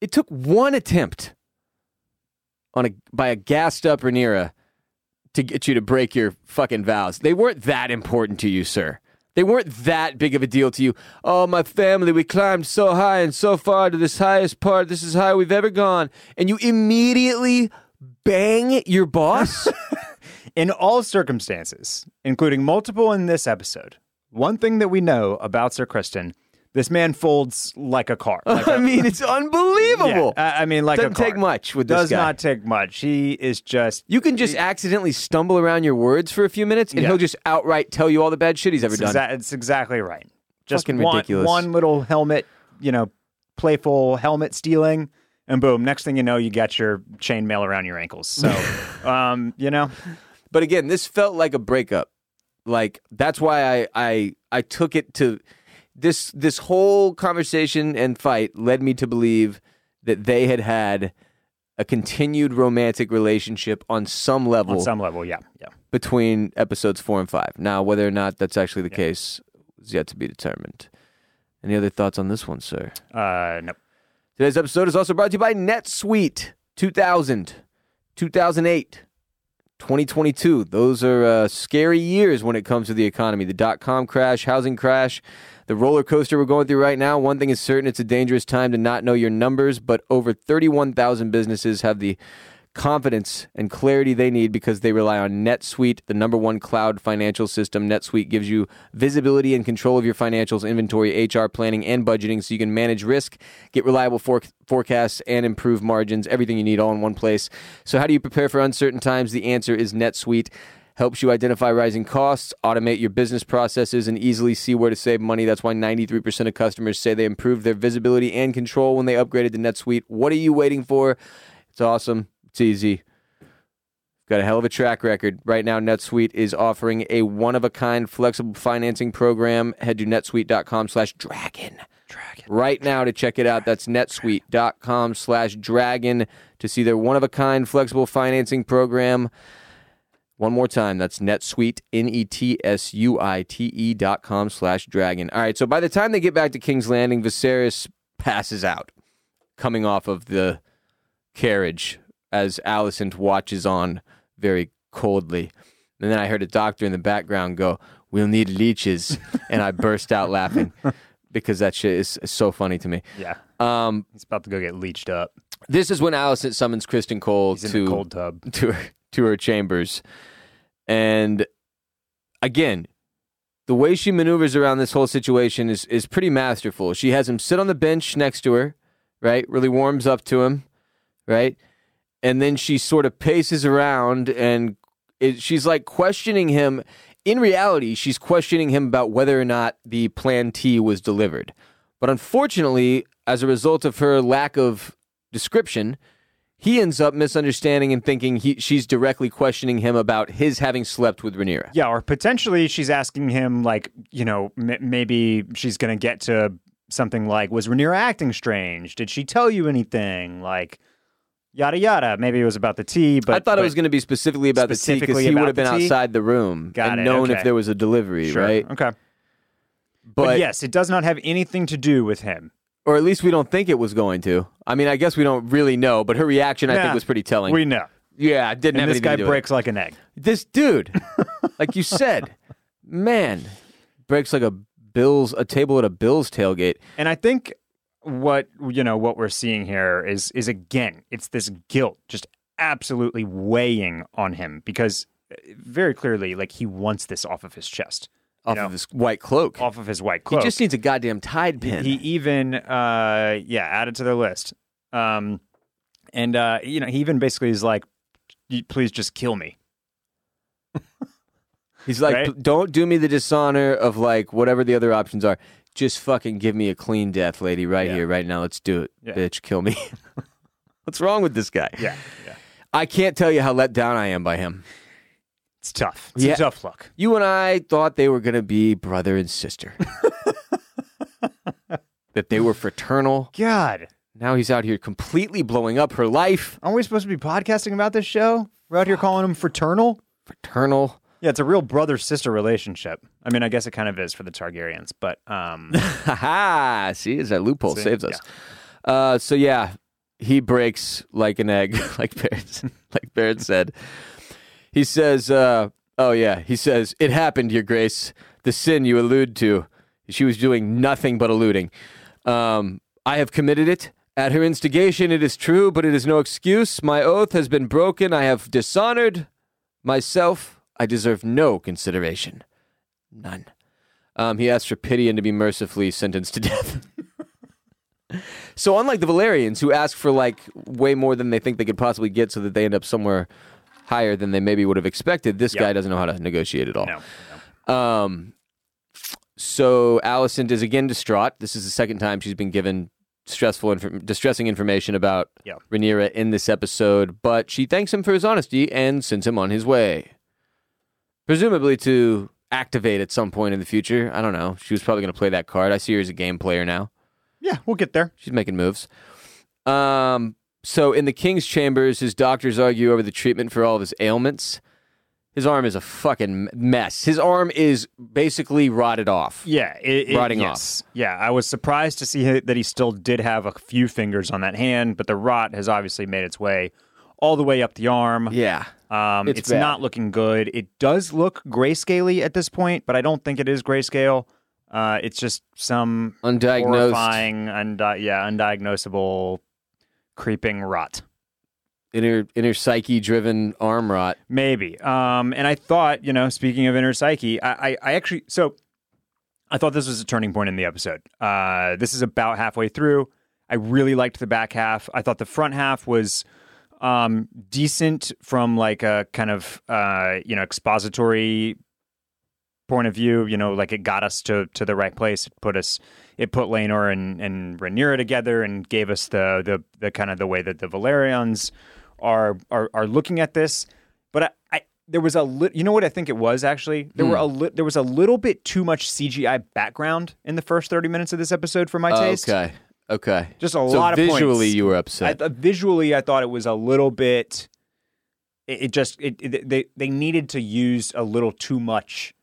Speaker 1: It took one attempt on a by a gassed up Rhaenyra to get you to break your fucking vows. They weren't that important to you, sir. They weren't that big of a deal to you. Oh, my family, we climbed so high and so far to this highest part. This is high we've ever gone. And you immediately bang your boss?
Speaker 2: In all circumstances, including multiple in this episode, one thing that we know about Sir Kristen, this man folds like a car. Like
Speaker 1: I
Speaker 2: a,
Speaker 1: mean, it's unbelievable.
Speaker 2: Yeah, I I mean, like
Speaker 1: Doesn't
Speaker 2: a car.
Speaker 1: take much with
Speaker 2: Does
Speaker 1: this guy.
Speaker 2: not take much. He is just
Speaker 1: you can just accidentally stumble around your words for a few minutes, and
Speaker 2: Yeah.
Speaker 1: he'll just outright tell you all the bad shit he's ever
Speaker 2: it's,
Speaker 1: done.
Speaker 2: exa- it's exactly right. Just
Speaker 1: Fucking
Speaker 2: one,
Speaker 1: ridiculous.
Speaker 2: one little helmet, you know, playful helmet stealing, and boom, next thing you know, you got your chainmail around your ankles. So, um, you know,
Speaker 1: But again, this felt like a breakup. Like that's why I I I took it to this this whole conversation and fight led me to believe that they had had a continued romantic relationship on some level
Speaker 2: on some level, yeah, yeah.
Speaker 1: between episodes 4 and 5. Now, whether or not that's actually the case is yet to be determined. Any other thoughts on this one, sir?
Speaker 2: Uh, no.
Speaker 1: Today's episode is also brought to you by NetSuite 2000, 2008, 2022. Those are uh, scary years when it comes to the economy. The dot com crash, housing crash, the roller coaster we're going through right now. One thing is certain it's a dangerous time to not know your numbers, but over 31,000 businesses have the confidence and clarity they need because they rely on NetSuite, the number one cloud financial system. NetSuite gives you visibility and control of your financials, inventory, HR planning, and budgeting so you can manage risk, get reliable for- forecasts, and improve margins. Everything you need all in one place. So, how do you prepare for uncertain times? The answer is NetSuite. Helps you identify rising costs, automate your business processes, and easily see where to save money. That's why 93% of customers say they improved their visibility and control when they upgraded to NetSuite. What are you waiting for? It's awesome. It's easy. Got a hell of a track record. Right now, NetSuite is offering a one-of-a-kind flexible financing program. Head to netsuite.com slash dragon
Speaker 2: Dragon.
Speaker 1: right now to check it out. That's netsuite.com slash dragon to see their one-of-a-kind flexible financing program. One more time, that's netsuite, E N-E-T-S-U-I-T-E E dot com slash dragon. All right, so by the time they get back to King's Landing, Viserys passes out, coming off of the carriage as Alicent watches on very coldly. And then I heard a doctor in the background go, We'll need leeches. and I burst out laughing because that shit is so funny to me.
Speaker 2: Yeah,
Speaker 1: Um,
Speaker 2: he's about to go get leached up.
Speaker 1: this is when Alicent summons Kristen Cole
Speaker 2: He's in
Speaker 1: to
Speaker 2: the cold tub.
Speaker 1: to her, to her chambers. And again, the way she maneuvers around this whole situation is is pretty masterful. She has him sit on the bench next to her, right? Really warms up to him, right? And then she sort of paces around and it, she's like questioning him. In reality, she's questioning him about whether or not the plan T was delivered. But unfortunately, as a result of her lack of description, he ends up misunderstanding and thinking he, she's directly questioning him about his having slept with Rhaenyra.
Speaker 2: Yeah, or potentially she's asking him, like, you know, m- maybe she's going to get to something like, was Rhaenyra acting strange? Did she tell you anything? Like, yada yada. Maybe it was about the tea, but
Speaker 1: I thought
Speaker 2: but,
Speaker 1: it was going to be specifically about the tea because
Speaker 2: Specifically
Speaker 1: he
Speaker 2: about
Speaker 1: would have been
Speaker 2: the tea?
Speaker 1: outside the room
Speaker 2: Got
Speaker 1: and
Speaker 2: it,
Speaker 1: known if
Speaker 2: okay.
Speaker 1: there was a delivery,
Speaker 2: sure.
Speaker 1: right?
Speaker 2: Okay, but,
Speaker 1: But,
Speaker 2: yes, it does not have anything to do with him.
Speaker 1: or at least we don't think it was going to. I mean, I guess we don't really know, but her reaction I
Speaker 2: Nah,
Speaker 1: think was pretty telling.
Speaker 2: we know.
Speaker 1: yeah, it didn't have
Speaker 2: And this
Speaker 1: anything
Speaker 2: guy
Speaker 1: to do with it.
Speaker 2: breaks like an egg.
Speaker 1: This dude, like you said, man, breaks like a Bills a table at a Bills tailgate.
Speaker 2: And I think what you know what we're seeing here is is again it's this guilt just absolutely weighing on him because uh, very clearly like he wants this off of his chest
Speaker 1: Off
Speaker 2: know.
Speaker 1: of his white cloak.
Speaker 2: off of his white
Speaker 1: He
Speaker 2: cloak
Speaker 1: just needs a goddamn tide pin.
Speaker 2: he even uh yeah added to their list um and uh you know he even basically is like "Y- please just kill me
Speaker 1: He's like,
Speaker 2: Right?
Speaker 1: "P- don't do me the dishonor of like whatever the other options are. Just fucking give me a clean death, lady, right
Speaker 2: Yeah.
Speaker 1: here, right now. Let's do it,
Speaker 2: Yeah.
Speaker 1: bitch. Kill me. What's wrong with this guy?
Speaker 2: yeah yeah
Speaker 1: I can't tell you how let down I am by him.
Speaker 2: it's tough it's
Speaker 1: Yeah.
Speaker 2: a tough look
Speaker 1: You and I thought they were gonna be brother and sister. that they were fraternal.
Speaker 2: god
Speaker 1: Now he's out here completely blowing up her life.
Speaker 2: aren't we supposed to be podcasting about this show we're out here calling him fraternal
Speaker 1: Fraternal.
Speaker 2: Yeah, it's a real brother sister relationship. I mean, I guess it kind of is for the Targaryens, but um,
Speaker 1: Ha ha! See, is that loophole
Speaker 2: See?
Speaker 1: saves us. Uh, so yeah, he breaks like an egg, like Barrett, like Barrett said. He says, uh, "Oh yeah," he says, "It happened, Your Grace. The sin you allude to. She was doing nothing but alluding. Um, I have committed it." At her instigation, it is true, but it is no excuse. My oath has been broken. I have dishonored myself. I deserve no consideration. None. Um, he asked for pity and to be mercifully sentenced to death. so, unlike the Valerians, who ask for like way more than they think they could possibly get, so that they end up somewhere higher than they maybe would have expected, this
Speaker 2: Yep.
Speaker 1: guy doesn't know how to negotiate at all.
Speaker 2: no, no.
Speaker 1: Um, so Allison is again distraught. This is the second time she's been given stressful, inf- distressing information about
Speaker 2: Yeah.
Speaker 1: Rhaenyra in this episode, but she thanks him for his honesty and sends him on his way. Presumably to activate at some point in the future. I don't know. She was probably going to play that card. I see her as a game player now.
Speaker 2: Yeah, we'll get there.
Speaker 1: She's making moves. Um, so in the king's chambers, his doctors argue over the treatment for all of his ailments. His arm is a fucking mess. His arm is basically rotted off.
Speaker 2: Yeah, it, it,
Speaker 1: Rotting
Speaker 2: yes. Yeah, I was surprised to see that he still did have a few fingers on that hand, but the rot has obviously made its way all the way up the arm.
Speaker 1: Yeah.
Speaker 2: Um,
Speaker 1: It's
Speaker 2: it's
Speaker 1: bad.
Speaker 2: not looking good. It does look grayscaley at this point, but I don't think it is grayscale. Uh, it's just some
Speaker 1: Undiagnosed
Speaker 2: horrifying, undi- yeah, undiagnosable creeping rot.
Speaker 1: inner inner psyche driven arm rot.
Speaker 2: Maybe. Um, and I thought, you know, speaking of inner psyche, I, I, I actually so I thought this was a turning point in the episode. Uh, this is about halfway through. I really liked the back half. I thought the front half was um, decent from like a kind of uh, you know expository point of view. You know, like it got us to to the right place. It put us, it put Lanor and and Rhaenyra together, and gave us the the the kind of the way that the Valerians are are are looking at this. But I. I there was a lit you know what I think it was actually there
Speaker 1: Hmm.
Speaker 2: were a li- there was a little bit too much CGI background in the first 30 minutes of this episode for my taste
Speaker 1: Okay. Okay.
Speaker 2: just a
Speaker 1: so
Speaker 2: lot of points.
Speaker 1: visually you were
Speaker 2: I,
Speaker 1: upset.
Speaker 2: th- visually, I thought it was a little bit. It, it just it, it- they they needed to use a little too much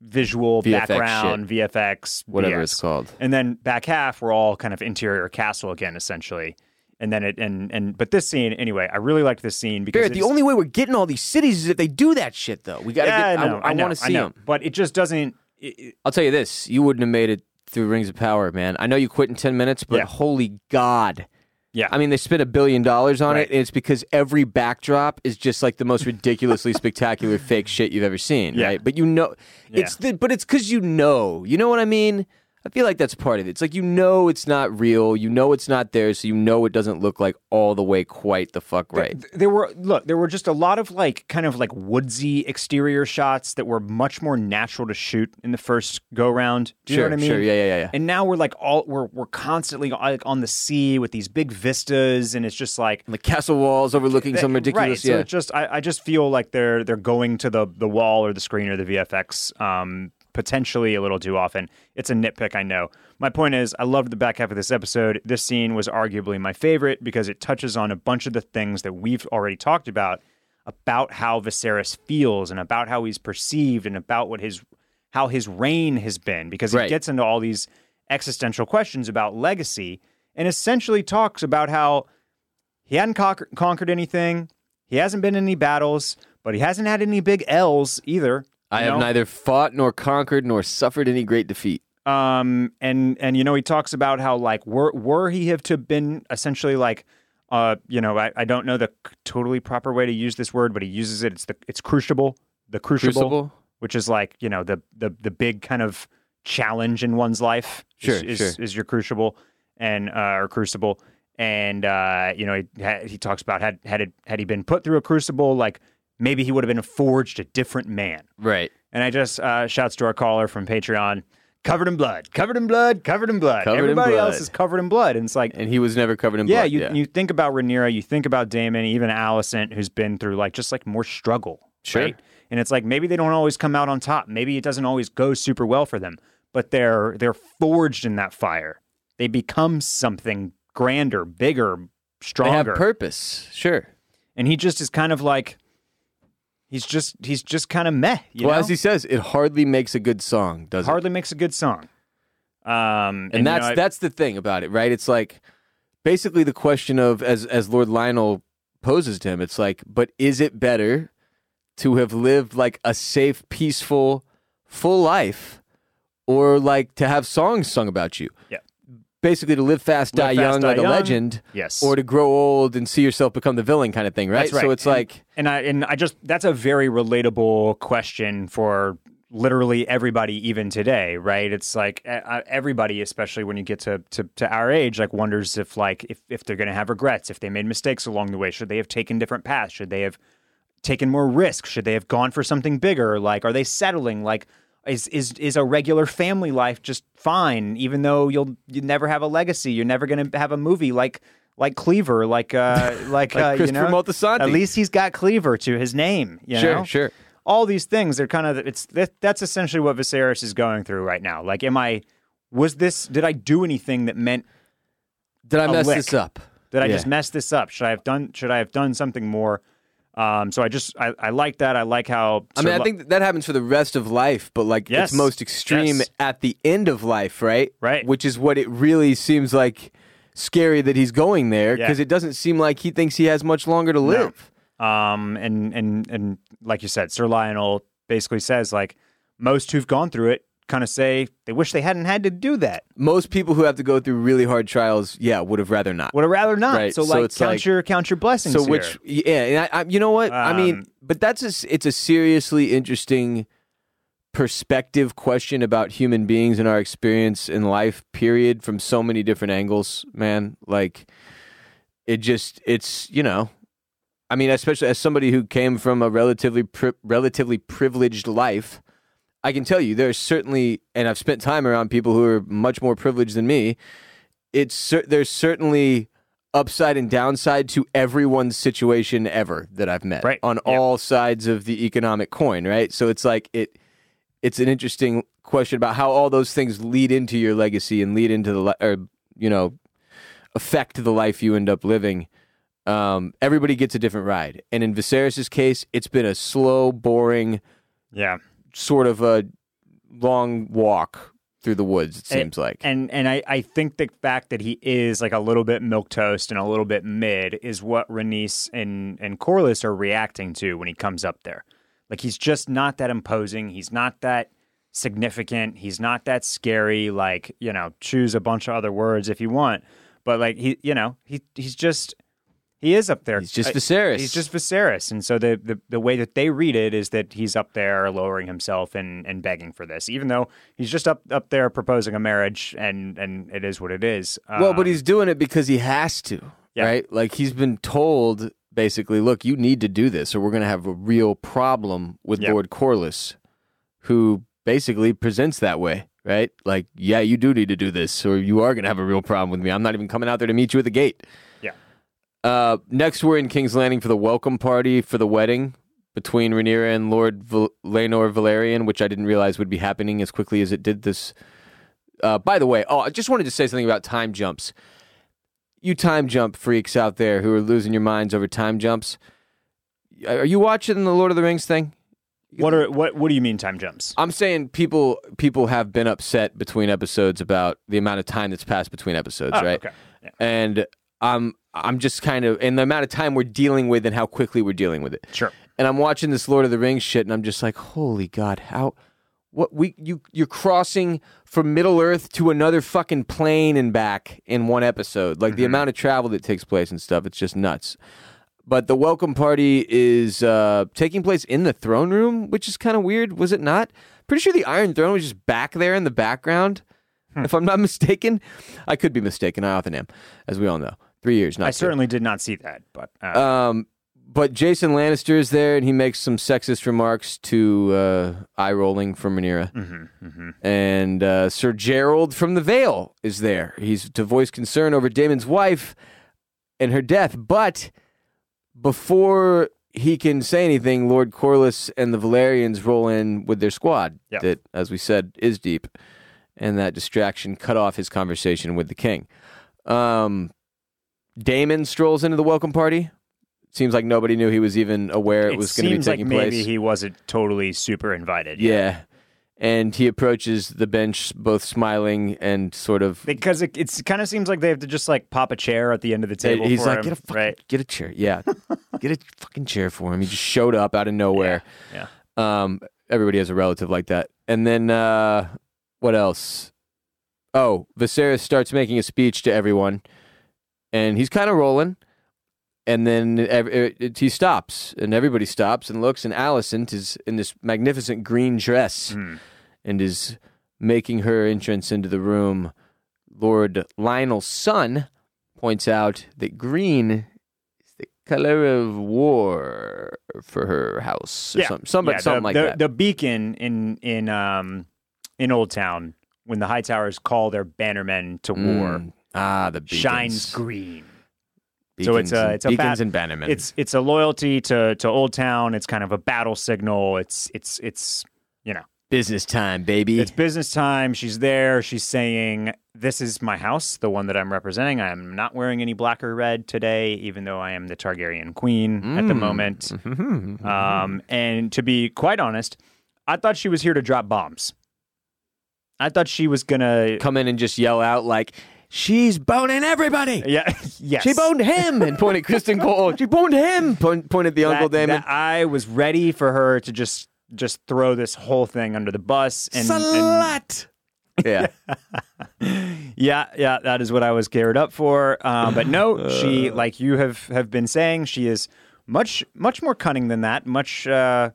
Speaker 2: visual
Speaker 1: VFX shit.
Speaker 2: background VFX
Speaker 1: whatever
Speaker 2: BS.
Speaker 1: it's called.
Speaker 2: And then back half, we're all kind of interior castle again, essentially. And then it and and but this scene anyway, I really liked this scene because
Speaker 1: Barrett,
Speaker 2: it's-
Speaker 1: the only way we're getting all these cities is if they do that shit though. We got to
Speaker 2: yeah,
Speaker 1: get
Speaker 2: I, know,
Speaker 1: I,
Speaker 2: know,
Speaker 1: want to see
Speaker 2: know.
Speaker 1: them.
Speaker 2: but it just doesn't. It, it-
Speaker 1: I'll tell you this: you wouldn't have made it through Rings of Power, man. I know you quit in ten minutes, but
Speaker 2: Yeah.
Speaker 1: holy god!
Speaker 2: yeah,
Speaker 1: I mean, they spent a billion dollars on
Speaker 2: Right.
Speaker 1: it, and it's because every backdrop is just like the most ridiculously spectacular fake shit you've ever seen,
Speaker 2: Yeah.
Speaker 1: right? But you know, it's the, but it's because you know, you know what I mean. I feel like that's part of it. It's like you know it's not real, you know it's not there, so you know it doesn't look like all the way quite the fuck right.
Speaker 2: Th- there were look there were just a lot of like kind of like woodsy exterior shots that were much more natural to shoot in the first go round do you
Speaker 1: sure,
Speaker 2: know what i mean
Speaker 1: sure, yeah, yeah, yeah, yeah.
Speaker 2: and now we're like all we're we're constantly like on the sea with these big vistas and it's just like
Speaker 1: the castle walls overlooking some
Speaker 2: right,
Speaker 1: ridiculous,
Speaker 2: so
Speaker 1: yeah.
Speaker 2: it just I, I just feel like they're they're going to the the wall or the screen or the VFX um, potentially a little too often. It's a nitpick, I know. My point is, I loved the back half of this episode. This scene was arguably my favorite because it touches on a bunch of the things that we've already talked about about how Viserys feels and about how he's perceived and about what his how his reign has been because he
Speaker 1: Right.
Speaker 2: gets into all these existential questions about legacy and essentially talks about how he hadn't conquer- conquered anything. He hasn't been in any battles, but he hasn't had any big L's either.
Speaker 1: I
Speaker 2: you
Speaker 1: have
Speaker 2: know?
Speaker 1: neither fought nor conquered nor suffered any great defeat.
Speaker 2: Um, and and you know he talks about how like were were he have to been essentially like, uh, you know I, I don't know the c- totally proper way to use this word, but he uses it. It's the it's crucible, the crucible,
Speaker 1: Crucible?
Speaker 2: which is like you know the the the big kind of challenge in one's life. is-
Speaker 1: Sure,
Speaker 2: is,
Speaker 1: sure.
Speaker 2: is your crucible and uh, or crucible and uh, you know he ha- he talks about had had it, had he been put through a crucible like maybe he would have been forged a different man
Speaker 1: Right.
Speaker 2: and I just uh, shouts to our caller from Patreon covered in blood covered in blood covered in blood
Speaker 1: Covered in
Speaker 2: everybody
Speaker 1: blood.
Speaker 2: else is covered in blood and it's like
Speaker 1: And he was never covered in
Speaker 2: yeah,
Speaker 1: blood.
Speaker 2: you, you think about Rhaenyra, you think about Damon, even Allison, who's been through like just like more struggle,
Speaker 1: Sure.
Speaker 2: right? And it's like maybe they don't always come out on top. Maybe it doesn't always go super well for them, but they're they're forged in that fire. They become something grander, bigger,
Speaker 1: they have
Speaker 2: stronger.
Speaker 1: purpose. Sure.
Speaker 2: and he just is kind of like he's just he's just kind of meh. You
Speaker 1: well,
Speaker 2: know?
Speaker 1: as he says, it hardly makes a good song, does it?
Speaker 2: hardly makes a good song. Um,
Speaker 1: And,
Speaker 2: you
Speaker 1: that's
Speaker 2: know, I-
Speaker 1: that's the thing about it, right? It's like basically the question of as as Lord Lionel poses to him, it's like, but is it better to have lived like a safe, peaceful, full life, or like to have songs sung about you?
Speaker 2: Yeah.
Speaker 1: Basically, to live fast, die
Speaker 2: Live fast,
Speaker 1: young,
Speaker 2: die
Speaker 1: like a
Speaker 2: young.
Speaker 1: legend,
Speaker 2: yes.
Speaker 1: or to grow old and see yourself become the villain, kind of thing, right?
Speaker 2: That's right.
Speaker 1: So it's
Speaker 2: And-
Speaker 1: like,
Speaker 2: and I and I just that's a very relatable question for literally everybody even today, right? It's like uh, uh, everybody, especially when you get to, to to our age, like wonders if like if if they're going to have regrets, if they made mistakes along the way, should they have taken different paths, should they have taken more risk, should they have gone for something bigger, like are they settling, like. Is is is a regular family life just fine? Even though you'll you never have a legacy, you're never going to have a movie like like Cleaver, like uh, like, uh, you
Speaker 1: Christopher
Speaker 2: know,
Speaker 1: Moltisanti.
Speaker 2: At least he's got Cleaver to his name. You
Speaker 1: Sure,
Speaker 2: know?
Speaker 1: sure.
Speaker 2: All these things, they're kind of it's that, that's essentially what Viserys is going through right now. Like, am I? Was this? Did I do anything that meant
Speaker 1: Did I
Speaker 2: a
Speaker 1: mess
Speaker 2: lick.
Speaker 1: this up?
Speaker 2: Did I
Speaker 1: Yeah.
Speaker 2: just mess this up? Should I have done? Should I have done something more? Um, so I just I, I like that. I like how.
Speaker 1: I
Speaker 2: Sir
Speaker 1: mean, I
Speaker 2: Lo-
Speaker 1: think that happens for the rest of life, but like
Speaker 2: Yes.
Speaker 1: it's most extreme
Speaker 2: Yes.
Speaker 1: at the end of life, right?
Speaker 2: Right.
Speaker 1: Which is what it really seems like scary that he's going there
Speaker 2: Yeah.
Speaker 1: because it doesn't seem like he thinks he has much longer to live.
Speaker 2: um, and and and like you said, Sir Lionel basically says like most who've gone through it kind of say they wish they hadn't had to do that.
Speaker 1: Most people who have to go through really hard trials, yeah, would have rather not.
Speaker 2: Would have rather not.
Speaker 1: Right,
Speaker 2: So
Speaker 1: so
Speaker 2: like
Speaker 1: it's
Speaker 2: count
Speaker 1: like-
Speaker 2: your count your blessings.
Speaker 1: so
Speaker 2: here.
Speaker 1: which yeah, and I, I, you know what I mean,
Speaker 2: Um,
Speaker 1: but that's a, s- it's a seriously interesting perspective question about human beings and our experience in life period from so many different angles, man. Like it just it's, you know, I mean, especially as somebody who came from a relatively pri- relatively privileged life, I can tell you there's certainly, and I've spent time around people who are much more privileged than me. It's cer- there's certainly upside and downside to everyone's situation ever that I've met
Speaker 2: Right.
Speaker 1: on
Speaker 2: Yeah.
Speaker 1: all sides of the economic coin, right? So it's like it, it's an interesting question about how all those things lead into your legacy and lead into the li- or you know affect the life you end up living um, everybody gets a different ride. And in Viserys' case, it's been a slow, boring,
Speaker 2: yeah.
Speaker 1: sort of a long walk through the woods, it seems like.
Speaker 2: And and I, I think the fact that he is like a little bit milk toast and a little bit mid is what Renice and and Corliss are reacting to when he comes up there. Like he's just not that imposing. He's not that significant. He's not that scary. Like you know, choose a bunch of other words if you want. But like he, you know, he he's just he is up there.
Speaker 1: he's just
Speaker 2: I-
Speaker 1: Viserys.
Speaker 2: He's just Viserys, and so the, the the way that they read it is that he's up there lowering himself and and begging for this, even though he's just up up there proposing a marriage, and and it is what it is.
Speaker 1: well, but
Speaker 2: Um,
Speaker 1: he's doing it because he has to,
Speaker 2: Yeah.
Speaker 1: right? Like he's been told basically, look, you need to do this, or we're going to have a real problem with
Speaker 2: Yeah.
Speaker 1: Lord Corliss, who basically presents that way. Right? Like, yeah, you do need to do this, or you are going to have a real problem with me. I'm not even coming out there to meet you at the gate.
Speaker 2: yeah,
Speaker 1: Uh, next, we're in King's Landing for the welcome party for the wedding between Rhaenyra and Lord Val- Laenor Valerian, which I didn't realize would be happening as quickly as it did this. Uh, by the way, oh, I just wanted to say something about time jumps. You time jump freaks out there who are losing your minds over time jumps, are you watching the Lord of the Rings thing?
Speaker 2: what are what what do you mean time jumps?
Speaker 1: I'm saying people people have been upset between episodes about the amount of time that's passed between episodes,
Speaker 2: Oh,
Speaker 1: right?
Speaker 2: okay. Yeah.
Speaker 1: And I'm I'm just kind of and the amount of time we're dealing with and how quickly we're dealing with it.
Speaker 2: Sure.
Speaker 1: And I'm watching this Lord of the Rings shit and I'm just like, holy god, how what we you you're crossing from Middle Earth to another fucking plane and back in one episode. Like the amount of travel that takes place and stuff, it's just nuts. But the welcome party is uh, taking place in the throne room, which is kind of weird, was it not? Pretty sure the Iron Throne was just back there in the background, if I'm not mistaken. I could be mistaken. I often am, as we all know. Three years, not
Speaker 2: I
Speaker 1: two.
Speaker 2: certainly did not see that, but uh,
Speaker 1: Um, but Jason Lannister is there, and he makes some sexist remarks to uh, eye rolling from Rhaenyra.
Speaker 2: mm-hmm,
Speaker 1: And uh, Sir Gerald from the Vale is there. He's to voice concern over Damon's wife and her death. But before he can say anything, Lord Corliss and the Valerians roll in with their squad
Speaker 2: Yeah.
Speaker 1: that, as we said, is deep. And that distraction cut off his conversation with the king. Um, Damon strolls into the welcome party. Seems like nobody knew he was even aware it, was going to be
Speaker 2: seems like
Speaker 1: taking
Speaker 2: maybe
Speaker 1: place.
Speaker 2: he wasn't totally super invited.
Speaker 1: yeah. And he approaches the bench both smiling and sort of
Speaker 2: because it it's, kind of seems like they have to just like pop a chair at the end of the table.
Speaker 1: he's
Speaker 2: for
Speaker 1: like
Speaker 2: him,
Speaker 1: get a fucking,
Speaker 2: right?
Speaker 1: get a chair. Yeah. get a fucking chair for him. He just showed up out of nowhere.
Speaker 2: Yeah.
Speaker 1: Um, everybody has a relative like that. And then uh, what else? Oh, Viserys starts making a speech to everyone, and he's kind of rolling. And then ev- it, it- he stops, and everybody stops and looks, and Alicent is in this magnificent green dress
Speaker 2: Mm.
Speaker 1: and is making her entrance into the room. Lord Lionel's son points out that green is the color of war for her house or something. Somebody,
Speaker 2: Yeah, the,
Speaker 1: something like
Speaker 2: the,
Speaker 1: that.
Speaker 2: The beacon in in um in Old Town when the High Towers call their bannermen to war
Speaker 1: Mm. Ah, the beacons.
Speaker 2: shines green.
Speaker 1: Beacons
Speaker 2: So it's a-
Speaker 1: and-
Speaker 2: it's a
Speaker 1: beacons
Speaker 2: fa-
Speaker 1: and bannermen.
Speaker 2: It's it's a loyalty to to Old Town. It's kind of a battle signal. It's it's it's you know
Speaker 1: business time, baby.
Speaker 2: it's business time. She's there. She's saying this is my house, the one that I'm representing. I am not wearing any black or red today, even though I am the Targaryen queen at the
Speaker 1: Mm.
Speaker 2: moment.
Speaker 1: Mm-hmm.
Speaker 2: Um, and to be quite honest, I thought she was here to drop bombs. I thought she was gonna.
Speaker 1: Come in and just yell out like, "She's boning everybody."
Speaker 2: Yeah. yes.
Speaker 1: She boned him and pointed Kristen Cole. She boned him. Point, pointed the Uncle
Speaker 2: That-
Speaker 1: Damon.
Speaker 2: that I was ready for her to just just throw this whole thing under the bus and, and-
Speaker 1: Slut. Yeah.
Speaker 2: yeah yeah that is what I was geared up for um, but no she like you have have been saying she is much much more cunning than that much uh,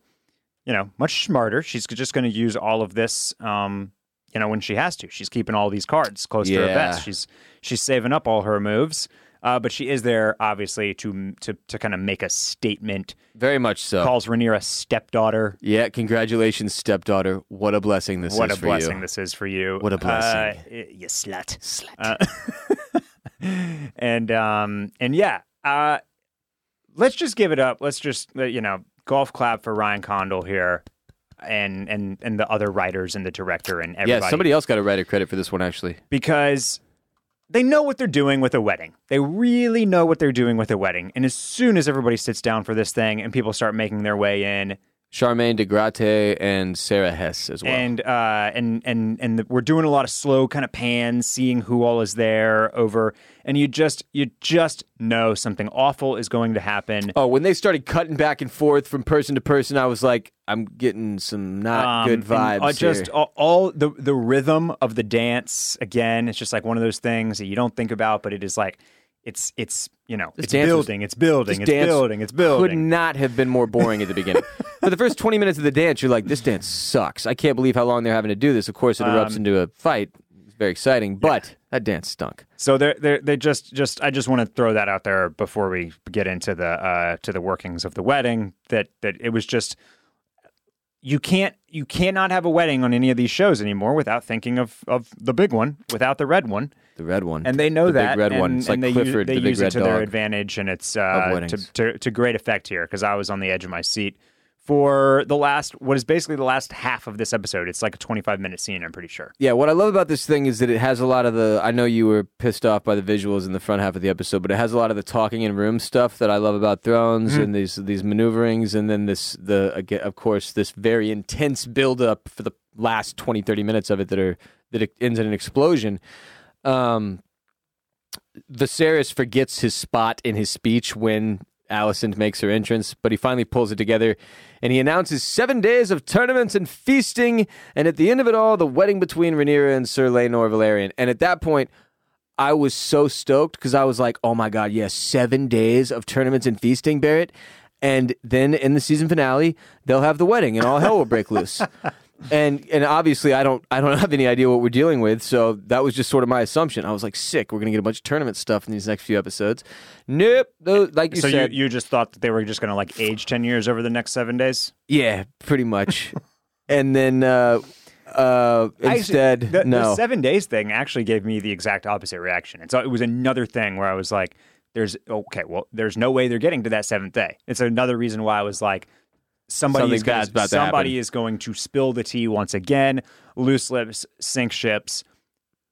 Speaker 2: you know much smarter she's just going to use all of this um, you know when she has to she's keeping all these cards close to her
Speaker 1: Yeah.
Speaker 2: vest she's she's saving up all her moves uh, but she is there obviously to to to kind of make a statement
Speaker 1: Very much so.
Speaker 2: calls Rhaenyra stepdaughter
Speaker 1: yeah. Congratulations, stepdaughter. What a blessing this is
Speaker 2: what a
Speaker 1: for
Speaker 2: blessing
Speaker 1: you.
Speaker 2: this is for you.
Speaker 1: What a blessing.
Speaker 2: Uh, you slut. Slut. and um and yeah, uh let's just give it up. Let's just uh, you know, golf clap for Ryan Condal here and and and the other writers and the director and everybody
Speaker 1: Yeah. Somebody else got a writer credit for this one actually.
Speaker 2: because they know what they're doing with a wedding. They really know what they're doing with a wedding. And as soon as everybody sits down for this thing and people start making their way in,
Speaker 1: Charmaine de Gratte and Sarah Hess as well.
Speaker 2: and uh, and and and the, we're doing a lot of slow kind of pans, seeing who all is there over, and you just you just know something awful is going to happen.
Speaker 1: Oh, when they started cutting back and forth from person to person, I was like, I'm getting some not
Speaker 2: Um,
Speaker 1: good
Speaker 2: and,
Speaker 1: vibes.
Speaker 2: uh, just
Speaker 1: here.
Speaker 2: all, all the the rhythm of the dance again. It's just like one of those things that you don't think about, but it is like it's it's you know it's
Speaker 1: dance was-
Speaker 2: building, it's building,
Speaker 1: this
Speaker 2: it's
Speaker 1: dance
Speaker 2: building, it's building.
Speaker 1: could not have been more boring at the beginning. For the first 20 minutes of the dance, you're like, this dance sucks. I can't believe how long they're having to do this. Of course, it erupts
Speaker 2: Um,
Speaker 1: into a fight. It's very exciting, but that dance stunk.
Speaker 2: So they're they are they just just I just want to throw that out there before we get into the uh, to the workings of the wedding that that it was just you can't you cannot have a wedding on any of these shows anymore without thinking of of the big one without the red one
Speaker 1: The red one.
Speaker 2: and they know
Speaker 1: the
Speaker 2: that
Speaker 1: big red
Speaker 2: and,
Speaker 1: one. It's like
Speaker 2: and they use,
Speaker 1: Clifford,
Speaker 2: they
Speaker 1: the big
Speaker 2: use
Speaker 1: red
Speaker 2: it to their
Speaker 1: dog.
Speaker 2: advantage and it's
Speaker 1: Of
Speaker 2: uh,
Speaker 1: weddings.
Speaker 2: to, to to great effect here because I was on the edge of my seat for the last what is basically the last half of this episode it's like a 25 minute scene I'm pretty sure
Speaker 1: Yeah, what I love about this thing is that it has a lot of the. I know you were pissed off by the visuals in the front half of the episode, but it has a lot of the talking in room stuff that I love about Thrones
Speaker 2: Mm.
Speaker 1: and these these maneuverings, and then this the aga of course this very intense build up for the last 20, 30 minutes of it that are that it ends in an explosion. Um, Viserys forgets his spot in his speech when Alicent makes her entrance, but he finally pulls it together and he announces seven days of tournaments and feasting, and at the end of it all, the wedding between Rhaenyra and Sir Laenor Valerian. And at that point, I was so stoked because I was like, oh my God, yes, seven days of tournaments and feasting, Barrett. And then in the season finale, they'll have the wedding and all hell will break loose. And and obviously I don't I don't have any idea what we're dealing with, so that was just sort of my assumption. I was like, sick, we're gonna get a bunch of tournament stuff in these next few episodes. Nope. Those, like you
Speaker 2: so
Speaker 1: said,
Speaker 2: you you just thought that they were just going to like age 10 years over the next 7 days
Speaker 1: yeah, pretty much. and then uh uh
Speaker 2: Actually,
Speaker 1: instead
Speaker 2: the, the
Speaker 1: no.
Speaker 2: seven days thing actually gave me the exact opposite reaction. It's uh, it was another thing where I was like, "There's okay, well, there's no way they're getting to that seventh day." It's another reason why I was like, "Somebody is
Speaker 1: Something
Speaker 2: gonna,
Speaker 1: bad's about to
Speaker 2: somebody
Speaker 1: happen.
Speaker 2: is going to spill the tea once again. Loose lips sink ships.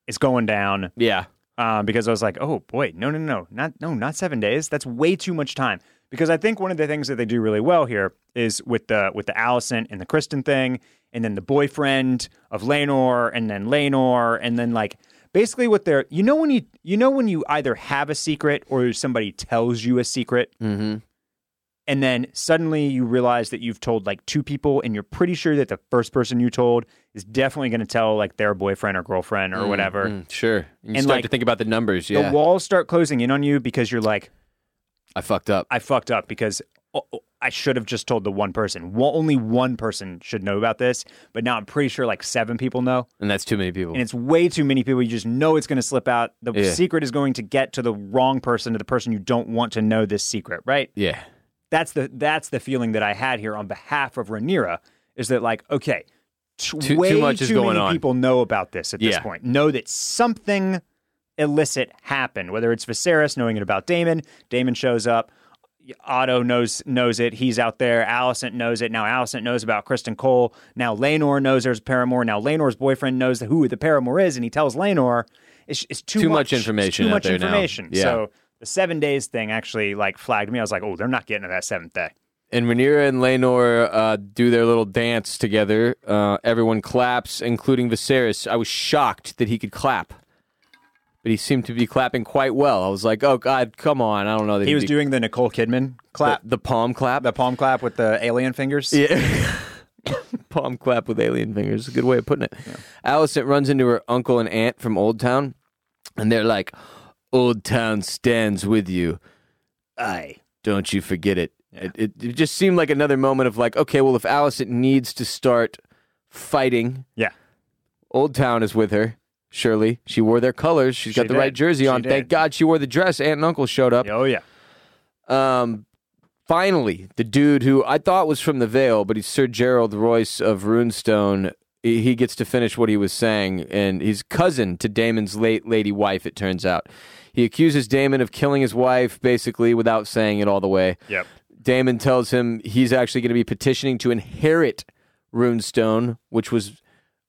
Speaker 2: It's going down."
Speaker 1: yeah.
Speaker 2: um, because I was like, oh boy, no, no, no, not no, not seven days. That's way too much time. Because I think one of the things that they do really well here is with the with the Allison and the Kristen thing, and then the boyfriend of Lenore, and then Lenore, and then like basically what they're you know when you you know when you either have a secret or somebody tells you a secret,
Speaker 1: Mm-hmm.
Speaker 2: and then suddenly you realize that you've told like two people, and you're pretty sure that the first person you told is definitely going to tell like their boyfriend or girlfriend or whatever.
Speaker 1: Mm, sure. You
Speaker 2: And,
Speaker 1: start
Speaker 2: like,
Speaker 1: to think about the numbers.
Speaker 2: The
Speaker 1: Yeah.
Speaker 2: walls start closing in on you because you're like,
Speaker 1: I fucked up.
Speaker 2: I fucked up because all, I should have just told the one person. Well, only one person should know about this, but now I'm pretty sure like seven people know,
Speaker 1: and that's too many people.
Speaker 2: and it's way too many people. You just know it's going to slip out. The
Speaker 1: Yeah.
Speaker 2: secret is going to get to the wrong person, to the person you don't want to know this secret, right?
Speaker 1: yeah,
Speaker 2: That's the that's the feeling that I had here on behalf of Rhaenyra is that like okay, t-
Speaker 1: Too-
Speaker 2: way
Speaker 1: too much is going
Speaker 2: many
Speaker 1: on.
Speaker 2: people know about this at this
Speaker 1: Yeah.
Speaker 2: point. Know that something illicit happened, whether it's Viserys knowing it about Damon, Damon shows up, Otto knows knows it, he's out there, Alicent knows it, now Alicent knows about Kristen Cole, now Lenore knows there's a paramour, now Lenore's boyfriend knows who the paramour is and he tells Lenore it's, it's too,
Speaker 1: Too much
Speaker 2: It's
Speaker 1: information
Speaker 2: too
Speaker 1: out
Speaker 2: much
Speaker 1: there now.
Speaker 2: information.
Speaker 1: Yeah.
Speaker 2: So the 7 days thing actually like flagged me. I was like, "Oh, they're not getting to that 7th day."
Speaker 1: and Rhaenyra and Lenor uh, do their little dance together. Uh, everyone claps, including Viserys. I was shocked that he could clap, but he seemed to be clapping quite well. I was like, "Oh God, come on!" I don't know. That
Speaker 2: He was
Speaker 1: be-
Speaker 2: doing the Nicole Kidman
Speaker 1: the,
Speaker 2: clap,
Speaker 1: the palm clap.
Speaker 2: the palm clap with the alien fingers.
Speaker 1: Yeah. Palm clap with alien fingers. A good way of putting it. Alicent runs into her uncle and aunt from Old Town, and they're like, Old Town stands with you.
Speaker 2: Aye.
Speaker 1: Don't you forget it. It, it. it just seemed like another moment of like, okay, well, if Alicent needs to start fighting,
Speaker 2: Yeah.
Speaker 1: Old Town is with her. Surely she wore their colors. She's
Speaker 2: She
Speaker 1: got the right
Speaker 2: did.
Speaker 1: jersey
Speaker 2: She
Speaker 1: on. Thank
Speaker 2: did.
Speaker 1: God she wore the dress. Aunt and uncle showed up.
Speaker 2: Oh yeah.
Speaker 1: Um, finally, the dude who I thought was from the Vale, but he's Sir Gerald Royce of Runestone. He he gets to finish what he was saying, and he's cousin to Damon's late lady wife. It turns out he accuses Damon of killing his wife, basically without saying it all the way.
Speaker 2: Yep.
Speaker 1: Damon tells him he's actually going to be petitioning to inherit Runestone, which was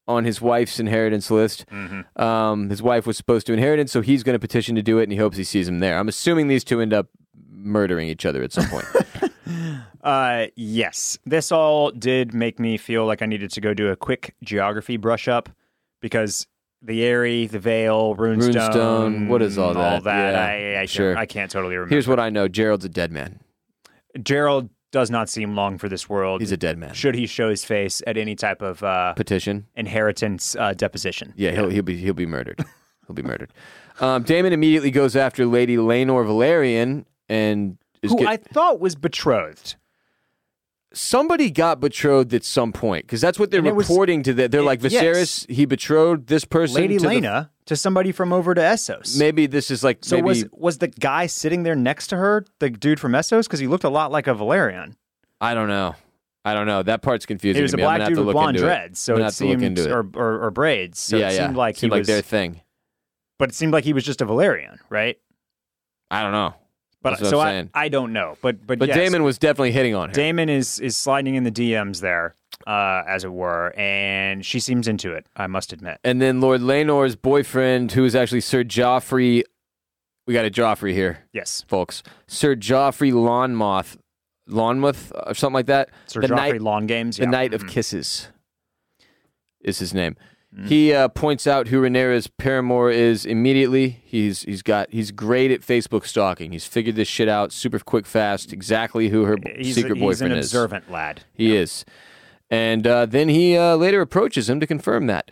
Speaker 1: on his wife's inheritance list.
Speaker 2: Mm-hmm.
Speaker 1: Um, his wife was supposed to inherit it, so he's going to petition to do it, and he hopes he sees him there. I'm assuming these two end up murdering each other at some point.
Speaker 2: Uh, yes. This all did make me feel like I needed to go do a quick geography brush up because the Airy, the Veil, Runestone,
Speaker 1: Runestone, what is all
Speaker 2: All
Speaker 1: that?
Speaker 2: that.
Speaker 1: Yeah,
Speaker 2: I, I,
Speaker 1: sure.
Speaker 2: I can't totally remember.
Speaker 1: Here's what I know: Gerald's a dead man.
Speaker 2: Gerald does not seem long for this world.
Speaker 1: He's a dead man.
Speaker 2: Should he show his face at any type of uh,
Speaker 1: Petition.
Speaker 2: inheritance uh, deposition?
Speaker 1: Yeah, he'll he'll be he'll be murdered. he'll be murdered. Um, Damon immediately goes after Lady Lanor Valerian and is
Speaker 2: Who
Speaker 1: get-
Speaker 2: I thought was betrothed.
Speaker 1: somebody got betrothed at some point because that's what they're
Speaker 2: And it was-
Speaker 1: reporting to. The, they're
Speaker 2: it-
Speaker 1: like Viserys. He betrothed this person,
Speaker 2: Lady
Speaker 1: to the-
Speaker 2: Lena to somebody from over to Essos.
Speaker 1: maybe this is like
Speaker 2: so
Speaker 1: maybe
Speaker 2: was was the guy sitting there next to her the dude from Essos? Because he looked a lot like a Valerian.
Speaker 1: I don't know. I don't know. That part's confusing.
Speaker 2: He was
Speaker 1: to
Speaker 2: a
Speaker 1: me. I'm
Speaker 2: black
Speaker 1: gonna have
Speaker 2: dude
Speaker 1: to
Speaker 2: with
Speaker 1: look
Speaker 2: blonde
Speaker 1: into it.
Speaker 2: dreads, so
Speaker 1: I'm gonna
Speaker 2: it
Speaker 1: have to look
Speaker 2: seemed
Speaker 1: into it.
Speaker 2: Or, or or braids. So
Speaker 1: yeah,
Speaker 2: it
Speaker 1: yeah.
Speaker 2: seemed like
Speaker 1: seemed
Speaker 2: he
Speaker 1: like
Speaker 2: was,
Speaker 1: their thing.
Speaker 2: but it seemed like he was just a Valerian, right?
Speaker 1: I don't know.
Speaker 2: But
Speaker 1: That's what
Speaker 2: so
Speaker 1: I'm
Speaker 2: I,
Speaker 1: saying.
Speaker 2: I don't know, but but,
Speaker 1: But
Speaker 2: yes,
Speaker 1: Damon was definitely hitting on her.
Speaker 2: Damon is is sliding in the DMs there, uh, as it were, and she seems into it. I must admit.
Speaker 1: and then Lord Lanor's boyfriend, who is actually Sir Joffrey. We got a Joffrey here.
Speaker 2: Yes,
Speaker 1: folks. Sir Joffrey Lawnmoth, Lawnmouth, or something like that.
Speaker 2: Sir
Speaker 1: the
Speaker 2: Joffrey
Speaker 1: Knight,
Speaker 2: Long Games.
Speaker 1: the
Speaker 2: yeah. Mm.
Speaker 1: Knight of Kisses is his name. He uh, points out who Rhaenyra's paramour is immediately. He's he's got he's great at Facebook stalking. He's figured this shit out super quick, fast. Exactly who her b-
Speaker 2: He's,
Speaker 1: secret
Speaker 2: he's an
Speaker 1: boyfriend is.
Speaker 2: observant lad.
Speaker 1: He is, and uh, then he uh, later approaches him to confirm that.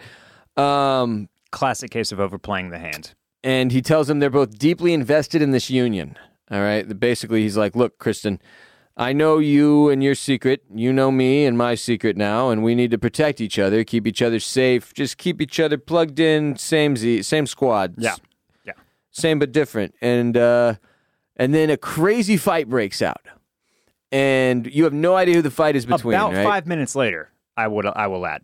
Speaker 1: Um,
Speaker 2: Classic case of overplaying the hand.
Speaker 1: and he tells them they're both deeply invested in this union. All right. Basically, he's like, look, Kristen, I know you and your secret. You know me and my secret now, and we need to protect each other, keep each other safe, just keep each other plugged in, same z, same squad,
Speaker 2: Yeah. Yeah.
Speaker 1: same but different. And uh, and then a crazy fight breaks out, and you have no idea who the fight is between.
Speaker 2: About
Speaker 1: right?
Speaker 2: five minutes later, I would I will add.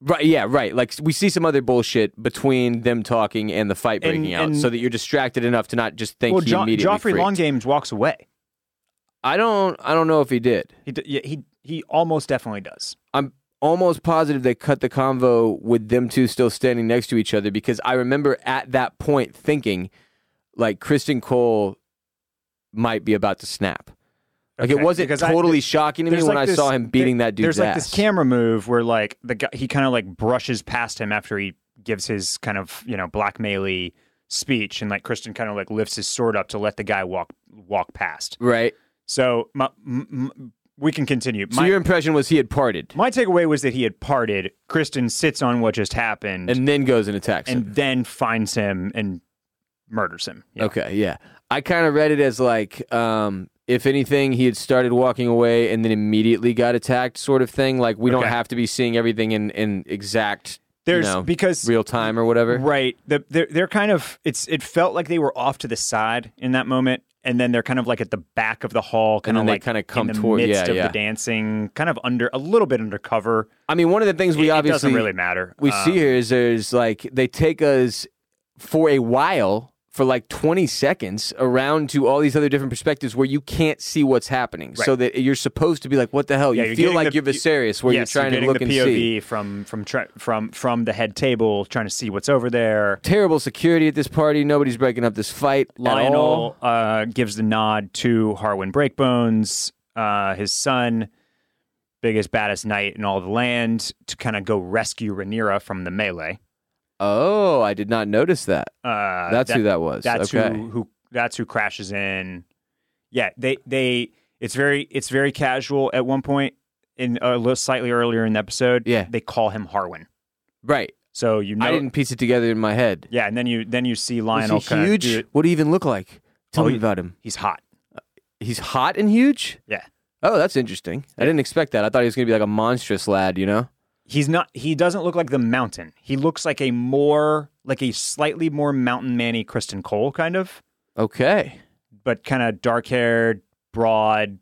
Speaker 1: Right, yeah, right. Like we see some other bullshit between them talking and the fight breaking
Speaker 2: And-
Speaker 1: out,
Speaker 2: and-
Speaker 1: so that you're distracted enough to not just think
Speaker 2: well,
Speaker 1: he
Speaker 2: jo-
Speaker 1: immediately.
Speaker 2: Joffrey
Speaker 1: freaked.
Speaker 2: Long Games walks away.
Speaker 1: I don't. I don't know if he did.
Speaker 2: He d- yeah, he he almost definitely does.
Speaker 1: I'm almost positive they cut the convo with them two still standing next to each other because I remember at that point thinking, like Kristen Cole might be about to snap. Like it
Speaker 2: Okay,
Speaker 1: wasn't
Speaker 2: because I-
Speaker 1: totally shocking to me
Speaker 2: There's
Speaker 1: when
Speaker 2: like
Speaker 1: I
Speaker 2: this-
Speaker 1: saw him beating
Speaker 2: there-
Speaker 1: that dude's
Speaker 2: There's like this
Speaker 1: ass.
Speaker 2: camera move where like the guy he kind of like brushes past him after he gives his kind of you know blackmaily speech, and like Kristen kind of like lifts his sword up to let the guy walk walk past.
Speaker 1: right.
Speaker 2: So my, m- m- we can continue.
Speaker 1: So
Speaker 2: my,
Speaker 1: your impression was he had parted
Speaker 2: my takeaway was that he had parted. Kristen sits on what just happened, and,
Speaker 1: and then goes and attacks him.
Speaker 2: then finds him and murders him. Yeah.
Speaker 1: Okay, yeah. I kind of read it as like um, if anything, he had started walking away and then immediately got attacked, sort of thing. Like we don't
Speaker 2: Okay.
Speaker 1: have to be seeing everything in in exact.
Speaker 2: There's-
Speaker 1: you know,
Speaker 2: because-
Speaker 1: real time or whatever.
Speaker 2: Right. The, they're, they're kind of, it's. it felt like they were off to the side in that moment. And then they're kind of like at the back of the hall, kind
Speaker 1: then
Speaker 2: of
Speaker 1: they
Speaker 2: like
Speaker 1: kinda
Speaker 2: in
Speaker 1: come
Speaker 2: the
Speaker 1: toward-
Speaker 2: midst
Speaker 1: yeah,
Speaker 2: of
Speaker 1: yeah.
Speaker 2: the dancing, kind of under a little bit undercover.
Speaker 1: I mean, one of the things we
Speaker 2: it, it
Speaker 1: obviously
Speaker 2: doesn't really matter.
Speaker 1: we
Speaker 2: Um,
Speaker 1: see here is there's like they take us for a while for like 20 seconds around to all these other different perspectives where you can't see what's happening so that you're supposed to be like what the hell
Speaker 2: Yeah,
Speaker 1: you
Speaker 2: you're
Speaker 1: feel
Speaker 2: getting
Speaker 1: like
Speaker 2: the-
Speaker 1: you're Viserys where
Speaker 2: yes,
Speaker 1: you're trying to
Speaker 2: getting
Speaker 1: look
Speaker 2: the
Speaker 1: and
Speaker 2: POV
Speaker 1: see
Speaker 2: from from tra- from from the head table, trying to see what's over there.
Speaker 1: terrible security at this party nobody's breaking up this fight at all
Speaker 2: Lionel uh, gives the nod to Harwin Breakbones, uh, his son, biggest baddest knight in all the land, to kind of go rescue Rhaenyra from the melee.
Speaker 1: oh i did not notice that
Speaker 2: Uh,
Speaker 1: that's
Speaker 2: that-
Speaker 1: who that was
Speaker 2: That's
Speaker 1: okay
Speaker 2: who, who that's who crashes in. Yeah, they they it's very it's very casual. At one point in a little slightly earlier in the episode,
Speaker 1: Yeah.
Speaker 2: they call him Harwin.
Speaker 1: right
Speaker 2: So you know,
Speaker 1: i didn't piece it together in my head
Speaker 2: yeah, and then you then you see
Speaker 1: was
Speaker 2: Lionel.
Speaker 1: he
Speaker 2: kinda
Speaker 1: huge
Speaker 2: do it.
Speaker 1: what do you even look like tell
Speaker 2: Oh,
Speaker 1: me
Speaker 2: he-
Speaker 1: about him
Speaker 2: He's hot.
Speaker 1: he's hot and huge
Speaker 2: Yeah,
Speaker 1: Oh, that's interesting. I didn't expect that. I thought he was going to be like a monstrous lad, you know?
Speaker 2: he's not. He doesn't look like the mountain. He looks like a more like a slightly more mountain manny Kristen Cole kind of,
Speaker 1: Okay.
Speaker 2: but kind of dark haired, broad.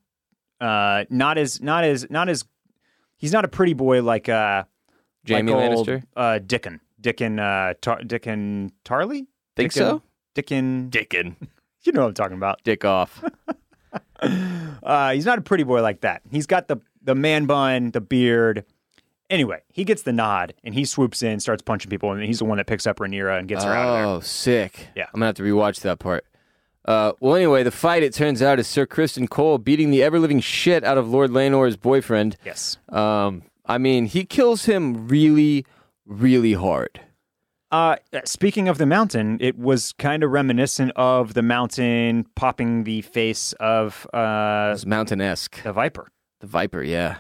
Speaker 2: Uh, not as not as not as. He's not a pretty boy like uh
Speaker 1: Jamie
Speaker 2: like old,
Speaker 1: Lannister?
Speaker 2: Uh, Dickon. Dickon. Uh, Tar- Dickon Tarley.
Speaker 1: Think
Speaker 2: Dickon,
Speaker 1: so?
Speaker 2: Dickon.
Speaker 1: Dickin.
Speaker 2: You know what I'm talking about.
Speaker 1: Dick off.
Speaker 2: Uh, he's not a pretty boy like that. He's got the the man bun, the beard. Anyway, he gets the nod and he swoops in, starts punching people, and he's the one that picks up Rhaenyra and gets her out of there.
Speaker 1: oh, sick.
Speaker 2: Yeah.
Speaker 1: I'm going to have to rewatch that part. Uh, well, anyway, the fight, it turns out, is Sir Kristen Cole beating the ever living shit out of Lord Lanore's boyfriend.
Speaker 2: Yes.
Speaker 1: Um, I mean, he kills him really, really hard.
Speaker 2: Uh, speaking of the mountain, it was kind of reminiscent of the mountain popping the face of uh,
Speaker 1: It's mountain esque.
Speaker 2: the viper.
Speaker 1: The Viper, yeah.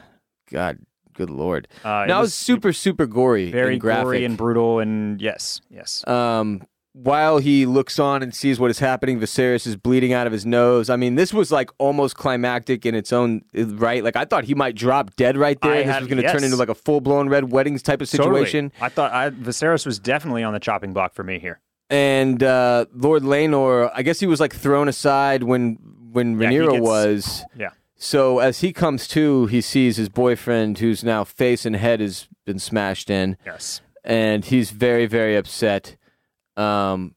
Speaker 1: God, good lord.
Speaker 2: Uh, it
Speaker 1: now,
Speaker 2: was
Speaker 1: it's super, super gory.
Speaker 2: very
Speaker 1: and graphic.
Speaker 2: gory and brutal, and yes, yes.
Speaker 1: Um, while he looks on and sees what is happening, Viserys is bleeding out of his nose. I mean, this was like almost climactic in its own right. Like I thought he might drop dead right there.
Speaker 2: I
Speaker 1: and this
Speaker 2: had-
Speaker 1: was going to
Speaker 2: yes.
Speaker 1: turn into like a full blown red weddings type of situation.
Speaker 2: Totally. I thought I, Viserys was definitely on the chopping block for me here.
Speaker 1: And uh, Lord Lanor, I guess he was like thrown aside when when
Speaker 2: Yeah, he
Speaker 1: Rhaenyra
Speaker 2: gets-
Speaker 1: was.
Speaker 2: Yeah.
Speaker 1: So as he comes to, he sees his boyfriend, who's now face and head has been smashed in.
Speaker 2: Yes.
Speaker 1: and he's very very upset. Um,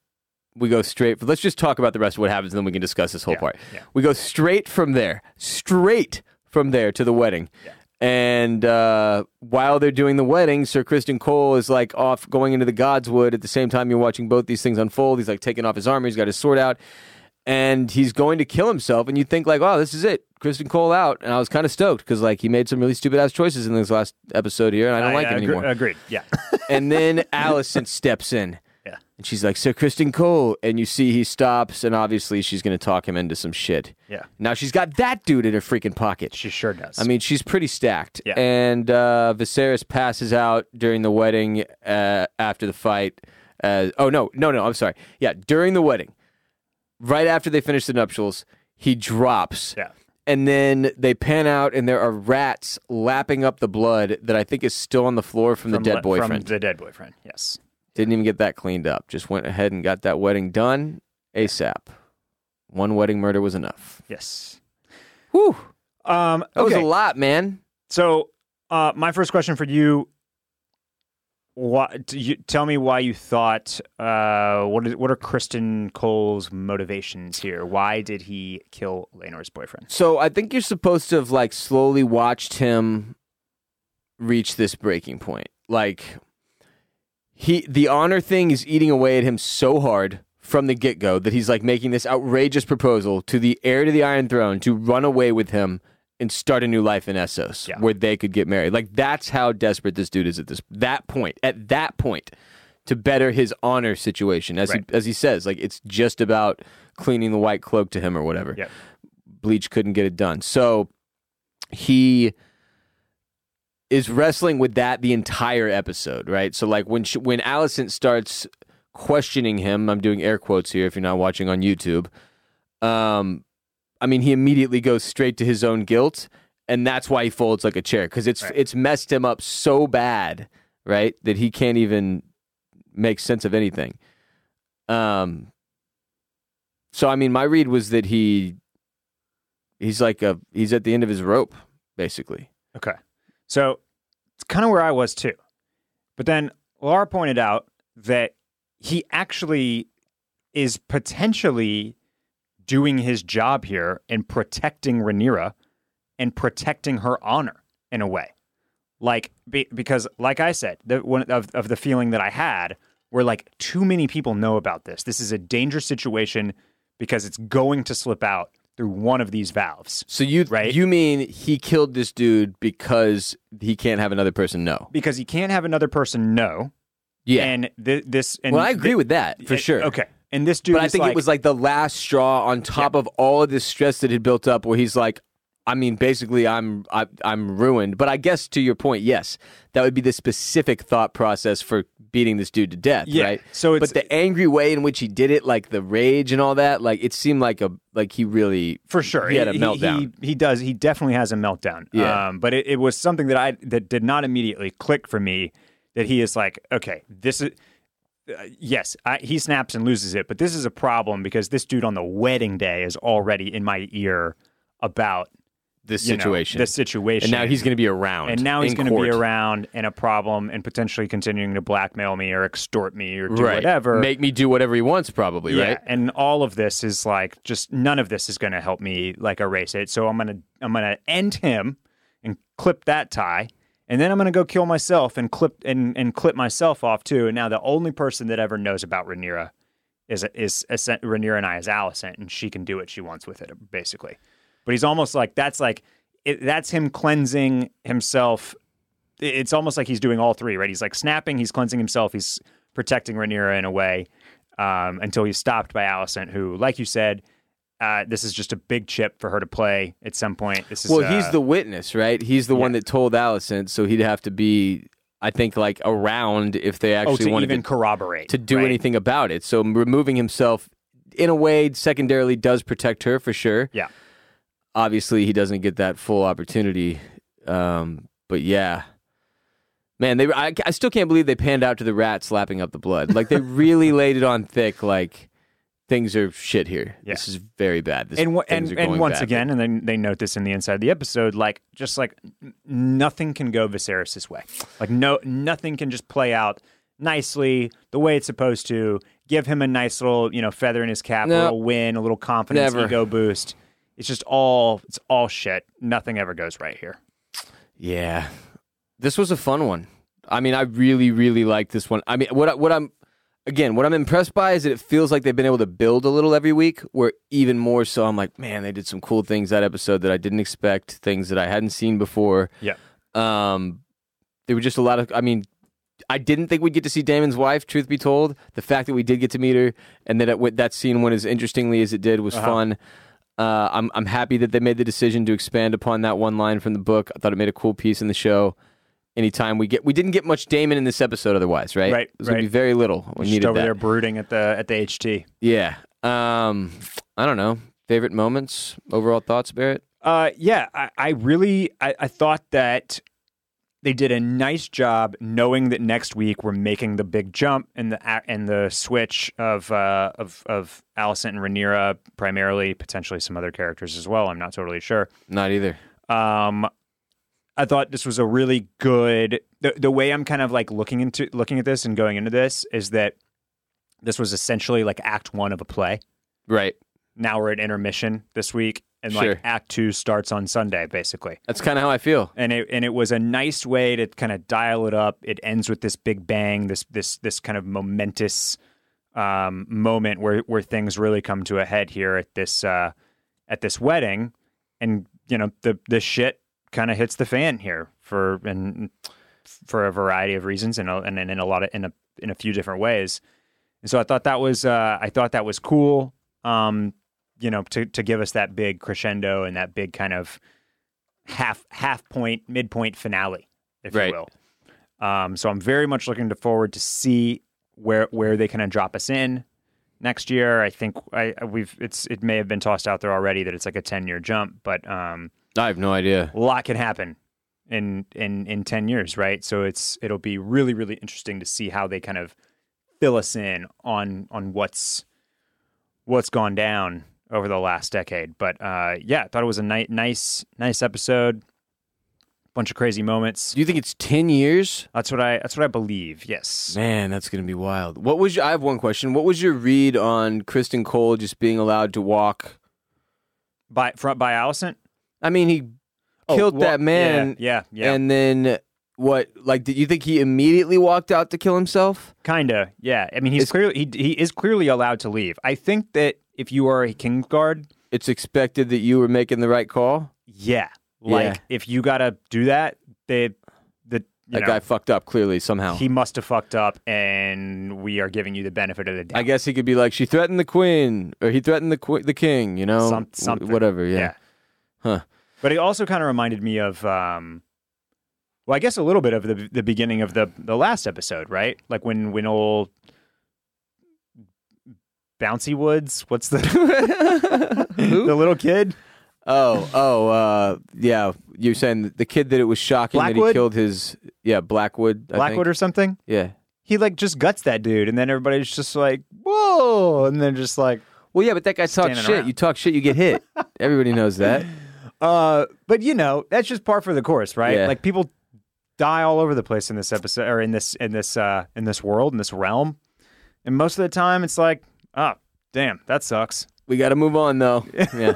Speaker 1: we go straight. Let's just talk about the rest of what happens, and then we can discuss this whole part.
Speaker 2: yeah.
Speaker 1: We go straight from there, straight from there to the wedding. And uh, while they're doing the wedding, Sir Kristen Cole is like off going into the Godswood. At the same time, you're watching both these things unfold. He's like taking off his armor. He's got his sword out, and he's going to kill himself. And you think like, oh, this is it, Kristen Cole out. And I was kind of stoked because like he made some really stupid ass choices in this last episode here, and I don't like
Speaker 2: I
Speaker 1: him
Speaker 2: agree-
Speaker 1: anymore.
Speaker 2: Agreed. Yeah.
Speaker 1: And then Allison steps in.
Speaker 2: Yeah.
Speaker 1: And she's like, Sir Kristen Cole. And you see he stops, and obviously she's going to talk him into some shit.
Speaker 2: Yeah.
Speaker 1: Now she's got that dude in her freaking pocket.
Speaker 2: She sure does.
Speaker 1: I mean, she's pretty stacked.
Speaker 2: Yeah.
Speaker 1: And uh, Viserys passes out during the wedding uh, after the fight. Uh, oh, no, no, no, I'm sorry. Yeah, during the wedding, right after they finish the nuptials, he drops.
Speaker 2: yeah.
Speaker 1: And then they pan out, and there are rats lapping up the blood that I think is still on the floor from, the dead
Speaker 2: le-
Speaker 1: boyfriend.
Speaker 2: From the dead boyfriend. Yes.
Speaker 1: Didn't even get that cleaned up. Just went ahead and got that wedding done ASAP. One wedding murder was enough.
Speaker 2: Yes.
Speaker 1: Whew.
Speaker 2: Um,
Speaker 1: That was
Speaker 2: okay.
Speaker 1: a lot, man.
Speaker 2: So, uh, my first question for you. What do you tell me why you thought uh what is what are Kristen Cole's motivations here? Why did he kill Lenore's boyfriend?
Speaker 1: So I think you're supposed to have like slowly watched him reach this breaking point. Like he the honor thing is eating away at him so hard from the get-go that he's like making this outrageous proposal to the heir to the iron throne to run away with him and start a new life in Essos
Speaker 2: Yeah.
Speaker 1: where they could get married. Like that's how desperate this dude is at this that point. At that point to better his honor situation as
Speaker 2: Right.
Speaker 1: he as he says like it's just about cleaning the white cloak to him or whatever.
Speaker 2: Yeah.
Speaker 1: Bleach couldn't get it done. So he is wrestling with that the entire episode, right? So like when she, when Allison starts questioning him, I'm doing air quotes here if you're not watching on YouTube. Um I mean, he immediately goes straight to his own guilt, and that's why he folds like a chair because it's
Speaker 2: Right.
Speaker 1: it's messed him up so bad, right, that he can't even make sense of anything. Um. So I mean, my read was that he he's like a he's at the end of his rope, basically.
Speaker 2: Okay. So it's kind of where I was too. But then Laura pointed out that he actually is potentially doing his job here in protecting Rhaenyra and protecting her honor in a way. Like be, because like I said, the one of of the feeling that I had where like too many people know about this. This is a dangerous situation because it's going to slip out through one of these valves.
Speaker 1: So you
Speaker 2: Right.
Speaker 1: you mean he killed this dude because he can't have another person know?
Speaker 2: Because you can't have another person know
Speaker 1: Yeah.
Speaker 2: And thi- this, and
Speaker 1: well, I agree
Speaker 2: thi-
Speaker 1: with that for
Speaker 2: and-
Speaker 1: sure.
Speaker 2: Okay, and this dude,
Speaker 1: But I
Speaker 2: is
Speaker 1: think
Speaker 2: like,
Speaker 1: it was like the last straw on top of all of this stress that had built up, where he's like, I mean, basically, I'm I, I'm ruined. But I guess to your point, yes, that would be the specific thought process for beating this dude to death,
Speaker 2: Yeah,
Speaker 1: right?
Speaker 2: so it's-
Speaker 1: but the angry way in which he did it, like the rage and all that, like it seemed like a like he really
Speaker 2: for sure.
Speaker 1: he had a meltdown.
Speaker 2: He, he does. He definitely has a meltdown.
Speaker 1: Yeah.
Speaker 2: Um, but it, it was something that I that did not immediately click for me. That he is like, okay, this is. Uh, yes, I, he snaps and loses it, but this is a problem because this dude on the wedding day is already in my ear about
Speaker 1: this
Speaker 2: you know,
Speaker 1: situation,
Speaker 2: the situation,
Speaker 1: and now he's going to be around,
Speaker 2: and now he's
Speaker 1: going
Speaker 2: going
Speaker 1: to
Speaker 2: to be around and a problem and potentially continuing to blackmail me or extort me or do
Speaker 1: right?
Speaker 2: whatever.
Speaker 1: make me do whatever he wants, probably,
Speaker 2: yeah,
Speaker 1: right?
Speaker 2: and all of this is like just none of this is going to help me like erase it. So I'm gonna I'm gonna end him and clip that tie, and then I'm gonna go kill myself and clip and and clip myself off too. And now the only person that ever knows about Rhaenyra is is, is Rhaenyra and I is Alicent, and she can do what she wants with it basically. But he's almost like that's like it, that's him cleansing himself it's almost like he's doing all three, right? He's like snapping, he's cleansing himself, he's protecting Rhaenyra in a way um, until he's stopped by Alicent, who, like you said, uh, this is just a big chip for her to play at some point. This is
Speaker 1: Well,
Speaker 2: uh,
Speaker 1: he's the witness, right? He's the one that told Allison, so he'd have to be, I think, like around if they
Speaker 2: oh
Speaker 1: actually
Speaker 2: to
Speaker 1: wanted
Speaker 2: even
Speaker 1: to,
Speaker 2: corroborate
Speaker 1: to do
Speaker 2: right?
Speaker 1: anything about it. So removing himself, in a way, secondarily does protect her for sure.
Speaker 2: Yeah,
Speaker 1: Obviously, he doesn't get that full opportunity, um, but yeah. Man, they were- I, I still can't believe they panned out to the rat slapping up the blood. Like they really laid it on thick. Like things are shit here.
Speaker 2: Yeah.
Speaker 1: This is very bad. This,
Speaker 2: and wha-
Speaker 1: things
Speaker 2: and,
Speaker 1: are
Speaker 2: and
Speaker 1: going
Speaker 2: once
Speaker 1: badly.
Speaker 2: again, and then they note this in the inside of the episode, like just like n- nothing can go Viserys's way. Like no, nothing can just play out nicely the way it's supposed to. Give him a nice little you know feather in his cap, a
Speaker 1: No.
Speaker 2: little win, a little confidence,
Speaker 1: Never.
Speaker 2: ego boost. It's just all it's all shit. Nothing ever goes right here.
Speaker 1: Yeah, this was a fun one. I mean, I really, really like this one. I mean, what I- what I'm again, what I'm impressed by is that it feels like they've been able to build a little every week. Where even more so, I'm like, man, they did some cool things that episode that I didn't expect, things that I hadn't seen before.
Speaker 2: Yeah.
Speaker 1: Um, there were just a lot of. I mean, I didn't think we'd get to see Damon's wife. Truth be told, the fact that we did get to meet her and that it went, that scene went as interestingly as it did
Speaker 2: Uh-huh.
Speaker 1: was fun. Uh, I'm I'm happy that they made the decision to expand upon that one line from the book. I thought it made a cool piece in the show. Anytime we get, we didn't get much Damon in this episode. Otherwise, right?
Speaker 2: Right,
Speaker 1: It was gonna be
Speaker 2: right.
Speaker 1: very little. We
Speaker 2: Just
Speaker 1: needed
Speaker 2: over
Speaker 1: that.
Speaker 2: there brooding at the at the HT.
Speaker 1: Yeah. Um, I don't know. Favorite moments, overall thoughts, Barrett.
Speaker 2: Uh, yeah, I, I really I, I thought that they did a nice job knowing that next week we're making the big jump and the a- and the switch of uh, of of Alicent and Rhaenyra primarily, potentially some other characters as well. I'm not totally sure.
Speaker 1: Not either.
Speaker 2: Um, I thought this was a really good. The, the way I'm kind of like looking into looking at this and going into this is that this was essentially like Act One of a play
Speaker 1: Right.
Speaker 2: now we're at intermission this week and
Speaker 1: Sure.
Speaker 2: like act 2 starts on Sunday basically.
Speaker 1: That's kind of how I feel.
Speaker 2: And it and it was a nice way to kind of dial it up. It ends with this big bang, this this this kind of momentous um, moment where where things really come to a head here at this uh, at this wedding and you know the the shit kind of hits the fan here for and for a variety of reasons and a- and in a lot of in a in a few different ways. And so I thought that was uh, I thought that was cool. Um, you know, to to give us that big crescendo and that big kind of half half point midpoint finale, if
Speaker 1: Right.
Speaker 2: you will. Um, so I'm very much looking to forward to see where where they kind of drop us in. next year. I think I we've it's it may have been tossed out there already that it's like a ten year jump, but um,
Speaker 1: I have no idea.
Speaker 2: a lot can happen in in in 10 years right so it's it'll be really really interesting to see how they kind of fill us in on on what's what's gone down over the last decade but uh yeah i thought it was a ni- nice nice episode bunch of crazy moments
Speaker 1: Do you think it's ten years?
Speaker 2: that's what i that's what i believe yes
Speaker 1: Man, that's gonna be wild. What was your, I have one question. What was your read on Kristen Cole just being allowed to walk?
Speaker 2: by front by allison
Speaker 1: I mean, he
Speaker 2: Oh,
Speaker 1: killed
Speaker 2: well,
Speaker 1: that man,
Speaker 2: yeah yeah, yeah.
Speaker 1: and then what? Like, did you think he immediately walked out to kill himself?
Speaker 2: Kinda, yeah. I mean, he's clearly he he is clearly allowed to leave. I think that if you are a king's guard,
Speaker 1: It's expected that you were making the right call.
Speaker 2: yeah, like
Speaker 1: Yeah.
Speaker 2: if you gotta do that, they the you
Speaker 1: that guy
Speaker 2: know,
Speaker 1: fucked up clearly somehow.
Speaker 2: he must have fucked up, and we are giving you the benefit of the doubt.
Speaker 1: I guess he could be like, she threatened the queen, or he threatened the qu- the king. You know,
Speaker 2: Some-
Speaker 1: W-
Speaker 2: something.
Speaker 1: whatever. Yeah. Huh.
Speaker 2: But it also kind of reminded me of, um, well, I guess a little bit of the the beginning of the the last episode, right? Like when when old Bouncy Woods, what's the the little kid?
Speaker 1: Oh, oh, uh, yeah. You're saying that the kid that it was shocking that he
Speaker 2: Blackwood?
Speaker 1: killed his, yeah, Blackwood. I
Speaker 2: Blackwood
Speaker 1: think.
Speaker 2: or something?
Speaker 1: yeah.
Speaker 2: he like just guts that dude, and then everybody's just like, "Whoa!" and then just like,
Speaker 1: Well, yeah, but that guy talks
Speaker 2: Standing
Speaker 1: shit.
Speaker 2: around.
Speaker 1: You talk shit, you get hit. Everybody knows that.
Speaker 2: uh, but you know, that's just par for the course, right?
Speaker 1: Yeah.
Speaker 2: Like people die all over the place in this episode, or in this in this uh, in this world, in this realm, and most of the time, it's like, oh, damn, that sucks.
Speaker 1: We got to move on, though. Yeah.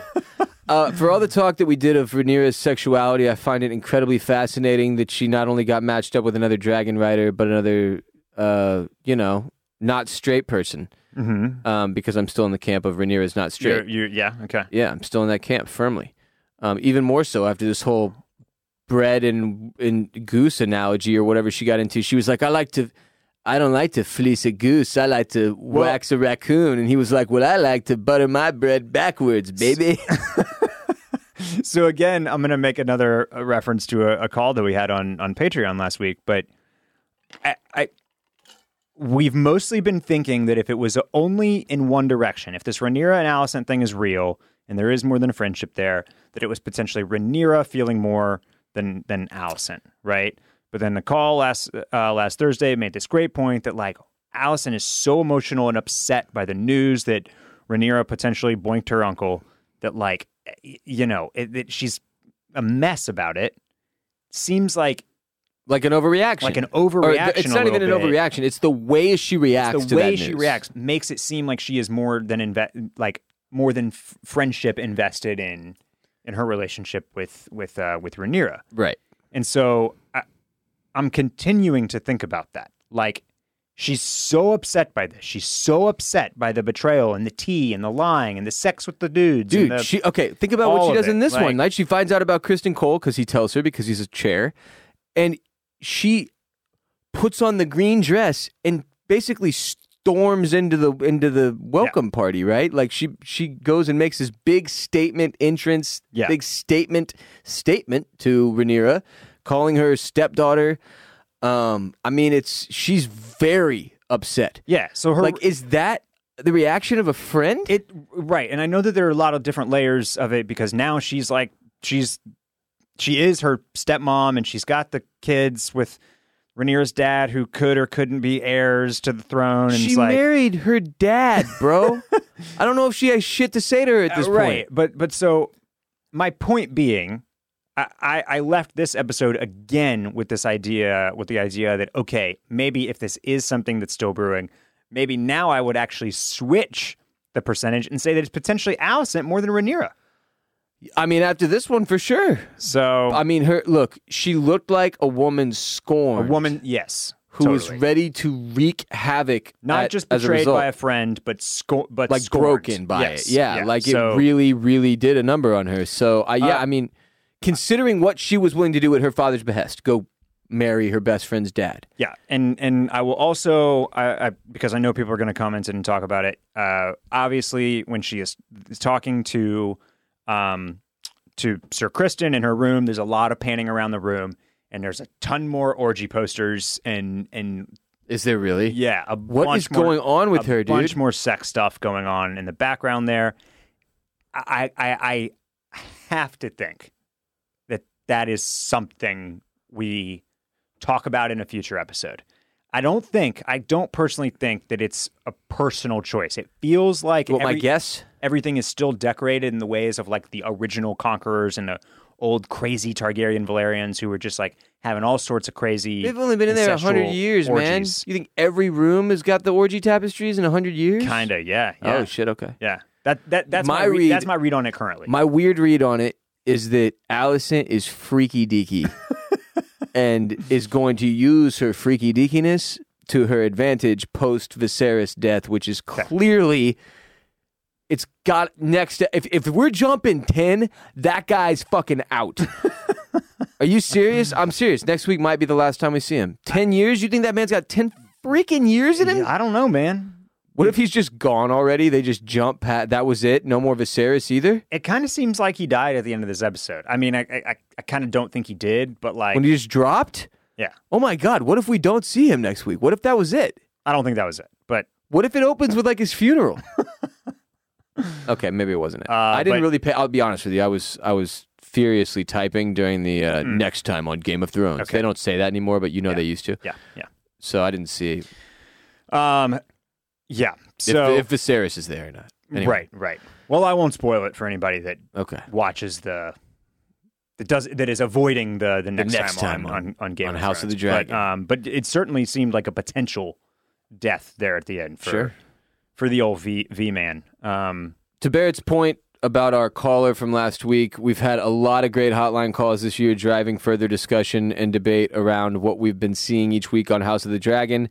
Speaker 1: Uh, for all the talk that we did of Rhaenyra's sexuality, I find it incredibly fascinating that she not only got matched up with another dragon rider, but another, uh, you know, not straight person.
Speaker 2: Mm-hmm.
Speaker 1: Um, because I'm still in the camp of Rhaenyra's not straight.
Speaker 2: You're, you're, yeah, okay.
Speaker 1: yeah, I'm still in that camp firmly. Um, even more so after this whole bread and and goose analogy or whatever she got into. She was like, I like to. I don't like to fleece a goose. I like to wax a raccoon. And he was like, Well, I like to butter my bread backwards, baby.
Speaker 2: So again, I'm going to make another uh, reference to a, a call that we had on on Patreon last week, but I, I we've mostly been thinking that if it was only in one direction, if this Rhaenyra and Allison thing is real, and there is more than a friendship there, that it was potentially Rhaenyra feeling more than than Allison, right? But then the call last uh, last Thursday made this great point that like Allison is so emotional and upset by the news that Rhaenyra potentially boinked her uncle that like y- you know it, it, she's a mess about it. Seems like
Speaker 1: like an overreaction.
Speaker 2: like an
Speaker 1: Or
Speaker 2: overreaction.
Speaker 1: th- it's
Speaker 2: a
Speaker 1: not even
Speaker 2: little
Speaker 1: an
Speaker 2: bit
Speaker 1: overreaction. It's the way she reacts
Speaker 2: the
Speaker 1: to
Speaker 2: way
Speaker 1: that
Speaker 2: she
Speaker 1: news.
Speaker 2: reacts makes it seem like she is more than inve- like more than f- friendship invested in in her relationship with with uh, with Rhaenyra.
Speaker 1: Right.
Speaker 2: And so I, I'm continuing to think about that. Like she's so upset by this. She's so upset by the betrayal and the tea and the lying and the sex with the dudes.
Speaker 1: Dude,
Speaker 2: and the,
Speaker 1: she okay. Think about what
Speaker 2: all
Speaker 1: she
Speaker 2: of
Speaker 1: does
Speaker 2: it,
Speaker 1: in this one.
Speaker 2: like-
Speaker 1: Like she finds out about Kristen Cole because he tells her because he's a chair, and she puts on the green dress and basically storms into the into the welcome party. Right? Like she she goes and makes this big statement entrance,
Speaker 2: Yeah.
Speaker 1: big statement statement to Rhaenyra, calling her stepdaughter. Um, I mean, it's she's very upset.
Speaker 2: yeah. So her
Speaker 1: Like, is that the reaction of a friend?
Speaker 2: It right, and I know that there are a lot of different layers of it because now she's like she's she is her stepmom, and she's got the kids with Rhaenyra's dad, who could or couldn't be heirs to the throne, and
Speaker 1: She
Speaker 2: it's like
Speaker 1: married her dad, bro. I don't know if she has shit to say to her at this
Speaker 2: Uh,
Speaker 1: point.
Speaker 2: But but so my point being, I, I I left this episode again with this idea, with the idea that okay, maybe if this is something that's still brewing, maybe now I would actually switch the percentage and say that it's potentially Allison more than Rhaenyra.
Speaker 1: I mean, after this one, for sure.
Speaker 2: So
Speaker 1: I mean, her look. She looked like a woman
Speaker 2: A
Speaker 1: scorned,
Speaker 2: woman, yes,
Speaker 1: who was
Speaker 2: totally.
Speaker 1: ready to wreak havoc.
Speaker 2: not
Speaker 1: at-
Speaker 2: just
Speaker 1: as a
Speaker 2: betrayed
Speaker 1: result,
Speaker 2: by a friend, but sco- but
Speaker 1: like
Speaker 2: scorned.
Speaker 1: broken by
Speaker 2: Yes,
Speaker 1: it. Yeah, like
Speaker 2: So,
Speaker 1: it really, really did a number on her. So, I yeah,
Speaker 2: Uh,
Speaker 1: I mean, considering what she was willing to do at her father's behest, go marry her best friend's dad.
Speaker 2: Yeah, and and I will also I, I because I know people are going to comment and talk about it. Uh, obviously, when she is is talking to um to Sir Kristen in her room, there's a lot of panning around the room, and there's a ton more orgy posters and and
Speaker 1: Is there really?
Speaker 2: Yeah, a
Speaker 1: What
Speaker 2: bunch
Speaker 1: is
Speaker 2: more-
Speaker 1: going on with
Speaker 2: a
Speaker 1: her, dude?
Speaker 2: Bunch more sex stuff going on in the background there. I I I have to think that that is something we talk about in a future episode. I don't think I don't personally think that it's a personal choice. It feels like
Speaker 1: What my
Speaker 2: every-
Speaker 1: guess?
Speaker 2: everything is still decorated in the ways of like the original conquerors and the old crazy Targaryen Valerians who were just like having all sorts of crazy.
Speaker 1: They've only been in there a hundred
Speaker 2: ancestral
Speaker 1: years, man.
Speaker 2: orgies.
Speaker 1: You think every room has got the orgy tapestries in a hundred years?
Speaker 2: Kinda, yeah, yeah,
Speaker 1: Oh shit. Okay.
Speaker 2: yeah. That that that's my,
Speaker 1: My
Speaker 2: re-
Speaker 1: read-
Speaker 2: that's my read on it currently.
Speaker 1: My weird read on it is that Allison is freaky deaky and is going to use her freaky deakiness to her advantage post Viserys death, which is clearly it's got next to if, if we're jumping ten, that guy's fucking out. Are you serious? I'm serious. Next week might be the last time we see him. Ten years? You think that man's got ten freaking years in him?
Speaker 2: I don't know, man.
Speaker 1: What if he's just gone already? They just jump pat that was it? No more Viserys either?
Speaker 2: It kind of seems like he died at the end of this episode. I mean, I I, I- I kind of don't think he did, but like,
Speaker 1: When he just dropped?
Speaker 2: yeah,
Speaker 1: Oh my God, what if we don't see him next week? What if that was it?
Speaker 2: I don't think that was it. But
Speaker 1: What if it opens with like his funeral? okay, maybe it wasn't it. I didn't
Speaker 2: Uh, but-
Speaker 1: really pay. I'll be honest with you. I was I was furiously typing during the uh, next time on Game of Thrones.
Speaker 2: Hmm. Okay.
Speaker 1: They don't say that anymore, but you know they used to.
Speaker 2: yeah, yeah,
Speaker 1: So I didn't see
Speaker 2: um, yeah. So
Speaker 1: if, if Viserys is there or not. Anyway,
Speaker 2: right, right. Well, I won't spoil it for anybody that
Speaker 1: Okay.
Speaker 2: watches the that does that is avoiding the the next,
Speaker 1: next
Speaker 2: time,
Speaker 1: time
Speaker 2: on, on,
Speaker 1: on-
Speaker 2: on Game
Speaker 1: on
Speaker 2: of
Speaker 1: House of
Speaker 2: Thrones.
Speaker 1: the Dragon.
Speaker 2: But, um, but it certainly seemed like a potential death there at the end for
Speaker 1: Sure.
Speaker 2: for the old V V man. Um,
Speaker 1: to Barrett's point about our caller from last week, we've had a lot of great hotline calls this year, driving further discussion and debate around what we've been seeing each week on House of the Dragon.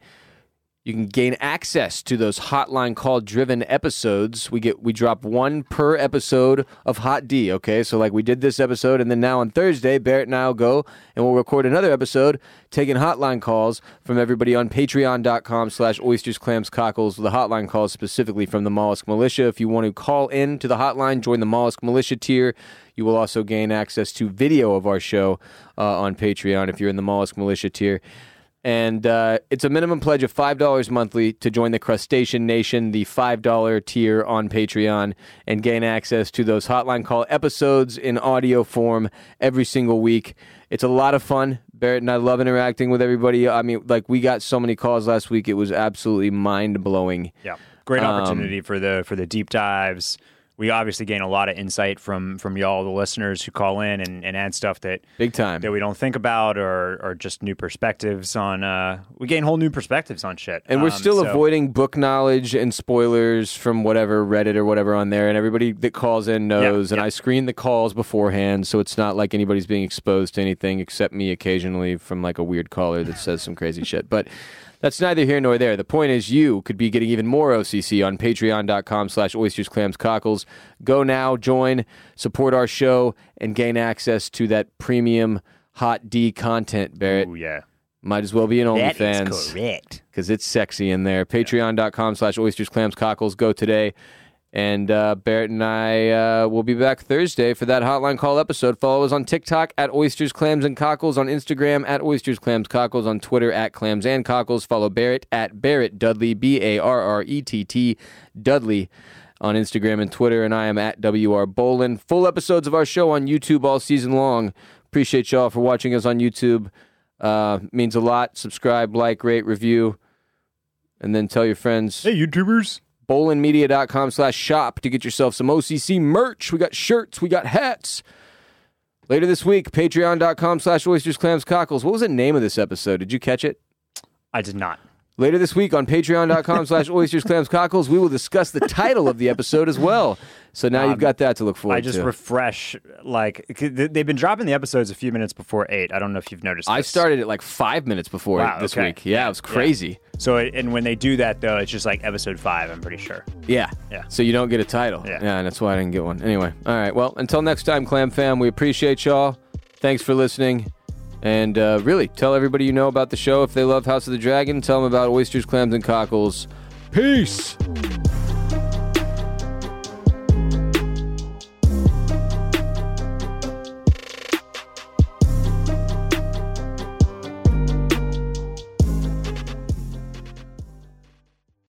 Speaker 1: You can gain access to those hotline call driven episodes. We get we drop one per episode of Hot D, okay? So like we did this episode and then now on Thursday, Barrett and I'll go and we'll record another episode taking hotline calls from everybody on patreon.com slash oysters, clams, cockles, the hotline calls specifically from the Mollusk Militia. If you want to call in to the hotline, join the Mollusk Militia tier. You will also gain access to video of our show uh, on Patreon if you're in the Mollusk Militia tier. And uh, it's a minimum pledge of $5 monthly to join the Crustacean Nation, the $5 tier on Patreon, and gain access to those hotline call episodes in audio form every single week. It's a lot of fun. Barrett and I love interacting with everybody. I mean, like, we got so many calls last week, it was absolutely mind blowing.
Speaker 2: yeah, great opportunity
Speaker 1: Um,
Speaker 2: for the for the deep dives. We obviously gain a lot of insight from from y'all, the listeners who call in and, and add stuff that
Speaker 1: Big time.
Speaker 2: that we don't think about or or just new perspectives on. Uh, we gain whole new perspectives on shit,
Speaker 1: And we're
Speaker 2: Um,
Speaker 1: still
Speaker 2: so-
Speaker 1: avoiding book knowledge and spoilers from whatever Reddit or whatever on there. And everybody that calls in knows. and I screen the calls beforehand, so it's not like anybody's being exposed to anything except me occasionally from like a weird caller that says some crazy shit. But that's neither here nor there. The point is, you could be getting even more OCC on Patreon.com/slash Oysters, Clams, Cockles. Go now, join, support our show, and gain access to that premium hot D content. Barrett
Speaker 2: Ooh, yeah,
Speaker 1: might as well be an
Speaker 2: that is
Speaker 1: OnlyFans
Speaker 2: correct.
Speaker 1: because it's sexy in there. Patreon.com slash oysters, clams, cockles. Go today. And uh, Barrett and I uh, will be back Thursday for that hotline call episode. Follow us on TikTok at oysters, clams, and cockles. On Instagram at oysters, clams, cockles. On Twitter at clams and cockles. Follow Barrett at Barrett Dudley, B A R R E T T Dudley on Instagram and Twitter, and I am at WR Bolin. Full episodes of our show on YouTube all season long. Appreciate y'all for watching us on YouTube. Uh, means a lot. Subscribe, like, rate, review, and then tell your friends.
Speaker 2: Hey, YouTubers.
Speaker 1: BolinMedia.com slash shop to get yourself some OCC merch. We got shirts, we got hats. Later this week, patreon.com slash oysters, clams, cockles. What was the name of this episode? Did you catch it?
Speaker 2: I did not.
Speaker 1: Later this week on patreon.com slash oysters, clams, cockles, we will discuss the title of the episode as well. So now you've got that to look forward
Speaker 2: Um, I just
Speaker 1: to.
Speaker 2: refresh like 'cause th- they've been dropping the episodes a few minutes before eight. I don't know if you've noticed.
Speaker 1: I
Speaker 2: this.
Speaker 1: started it like five minutes before
Speaker 2: Wow,
Speaker 1: this
Speaker 2: okay.
Speaker 1: week. Yeah, it was crazy.
Speaker 2: So it- and when they do that though, it's just like episode five. I'm pretty sure.
Speaker 1: Yeah.
Speaker 2: Yeah.
Speaker 1: So you don't get a title.
Speaker 2: Yeah.
Speaker 1: yeah, that's why I didn't get one. Anyway, all right. Well, until next time, Clam Fam, we appreciate y'all. Thanks for listening. And uh, really, tell everybody you know about the show. If they love House of the Dragon, tell them about oysters, clams, and cockles. Peace.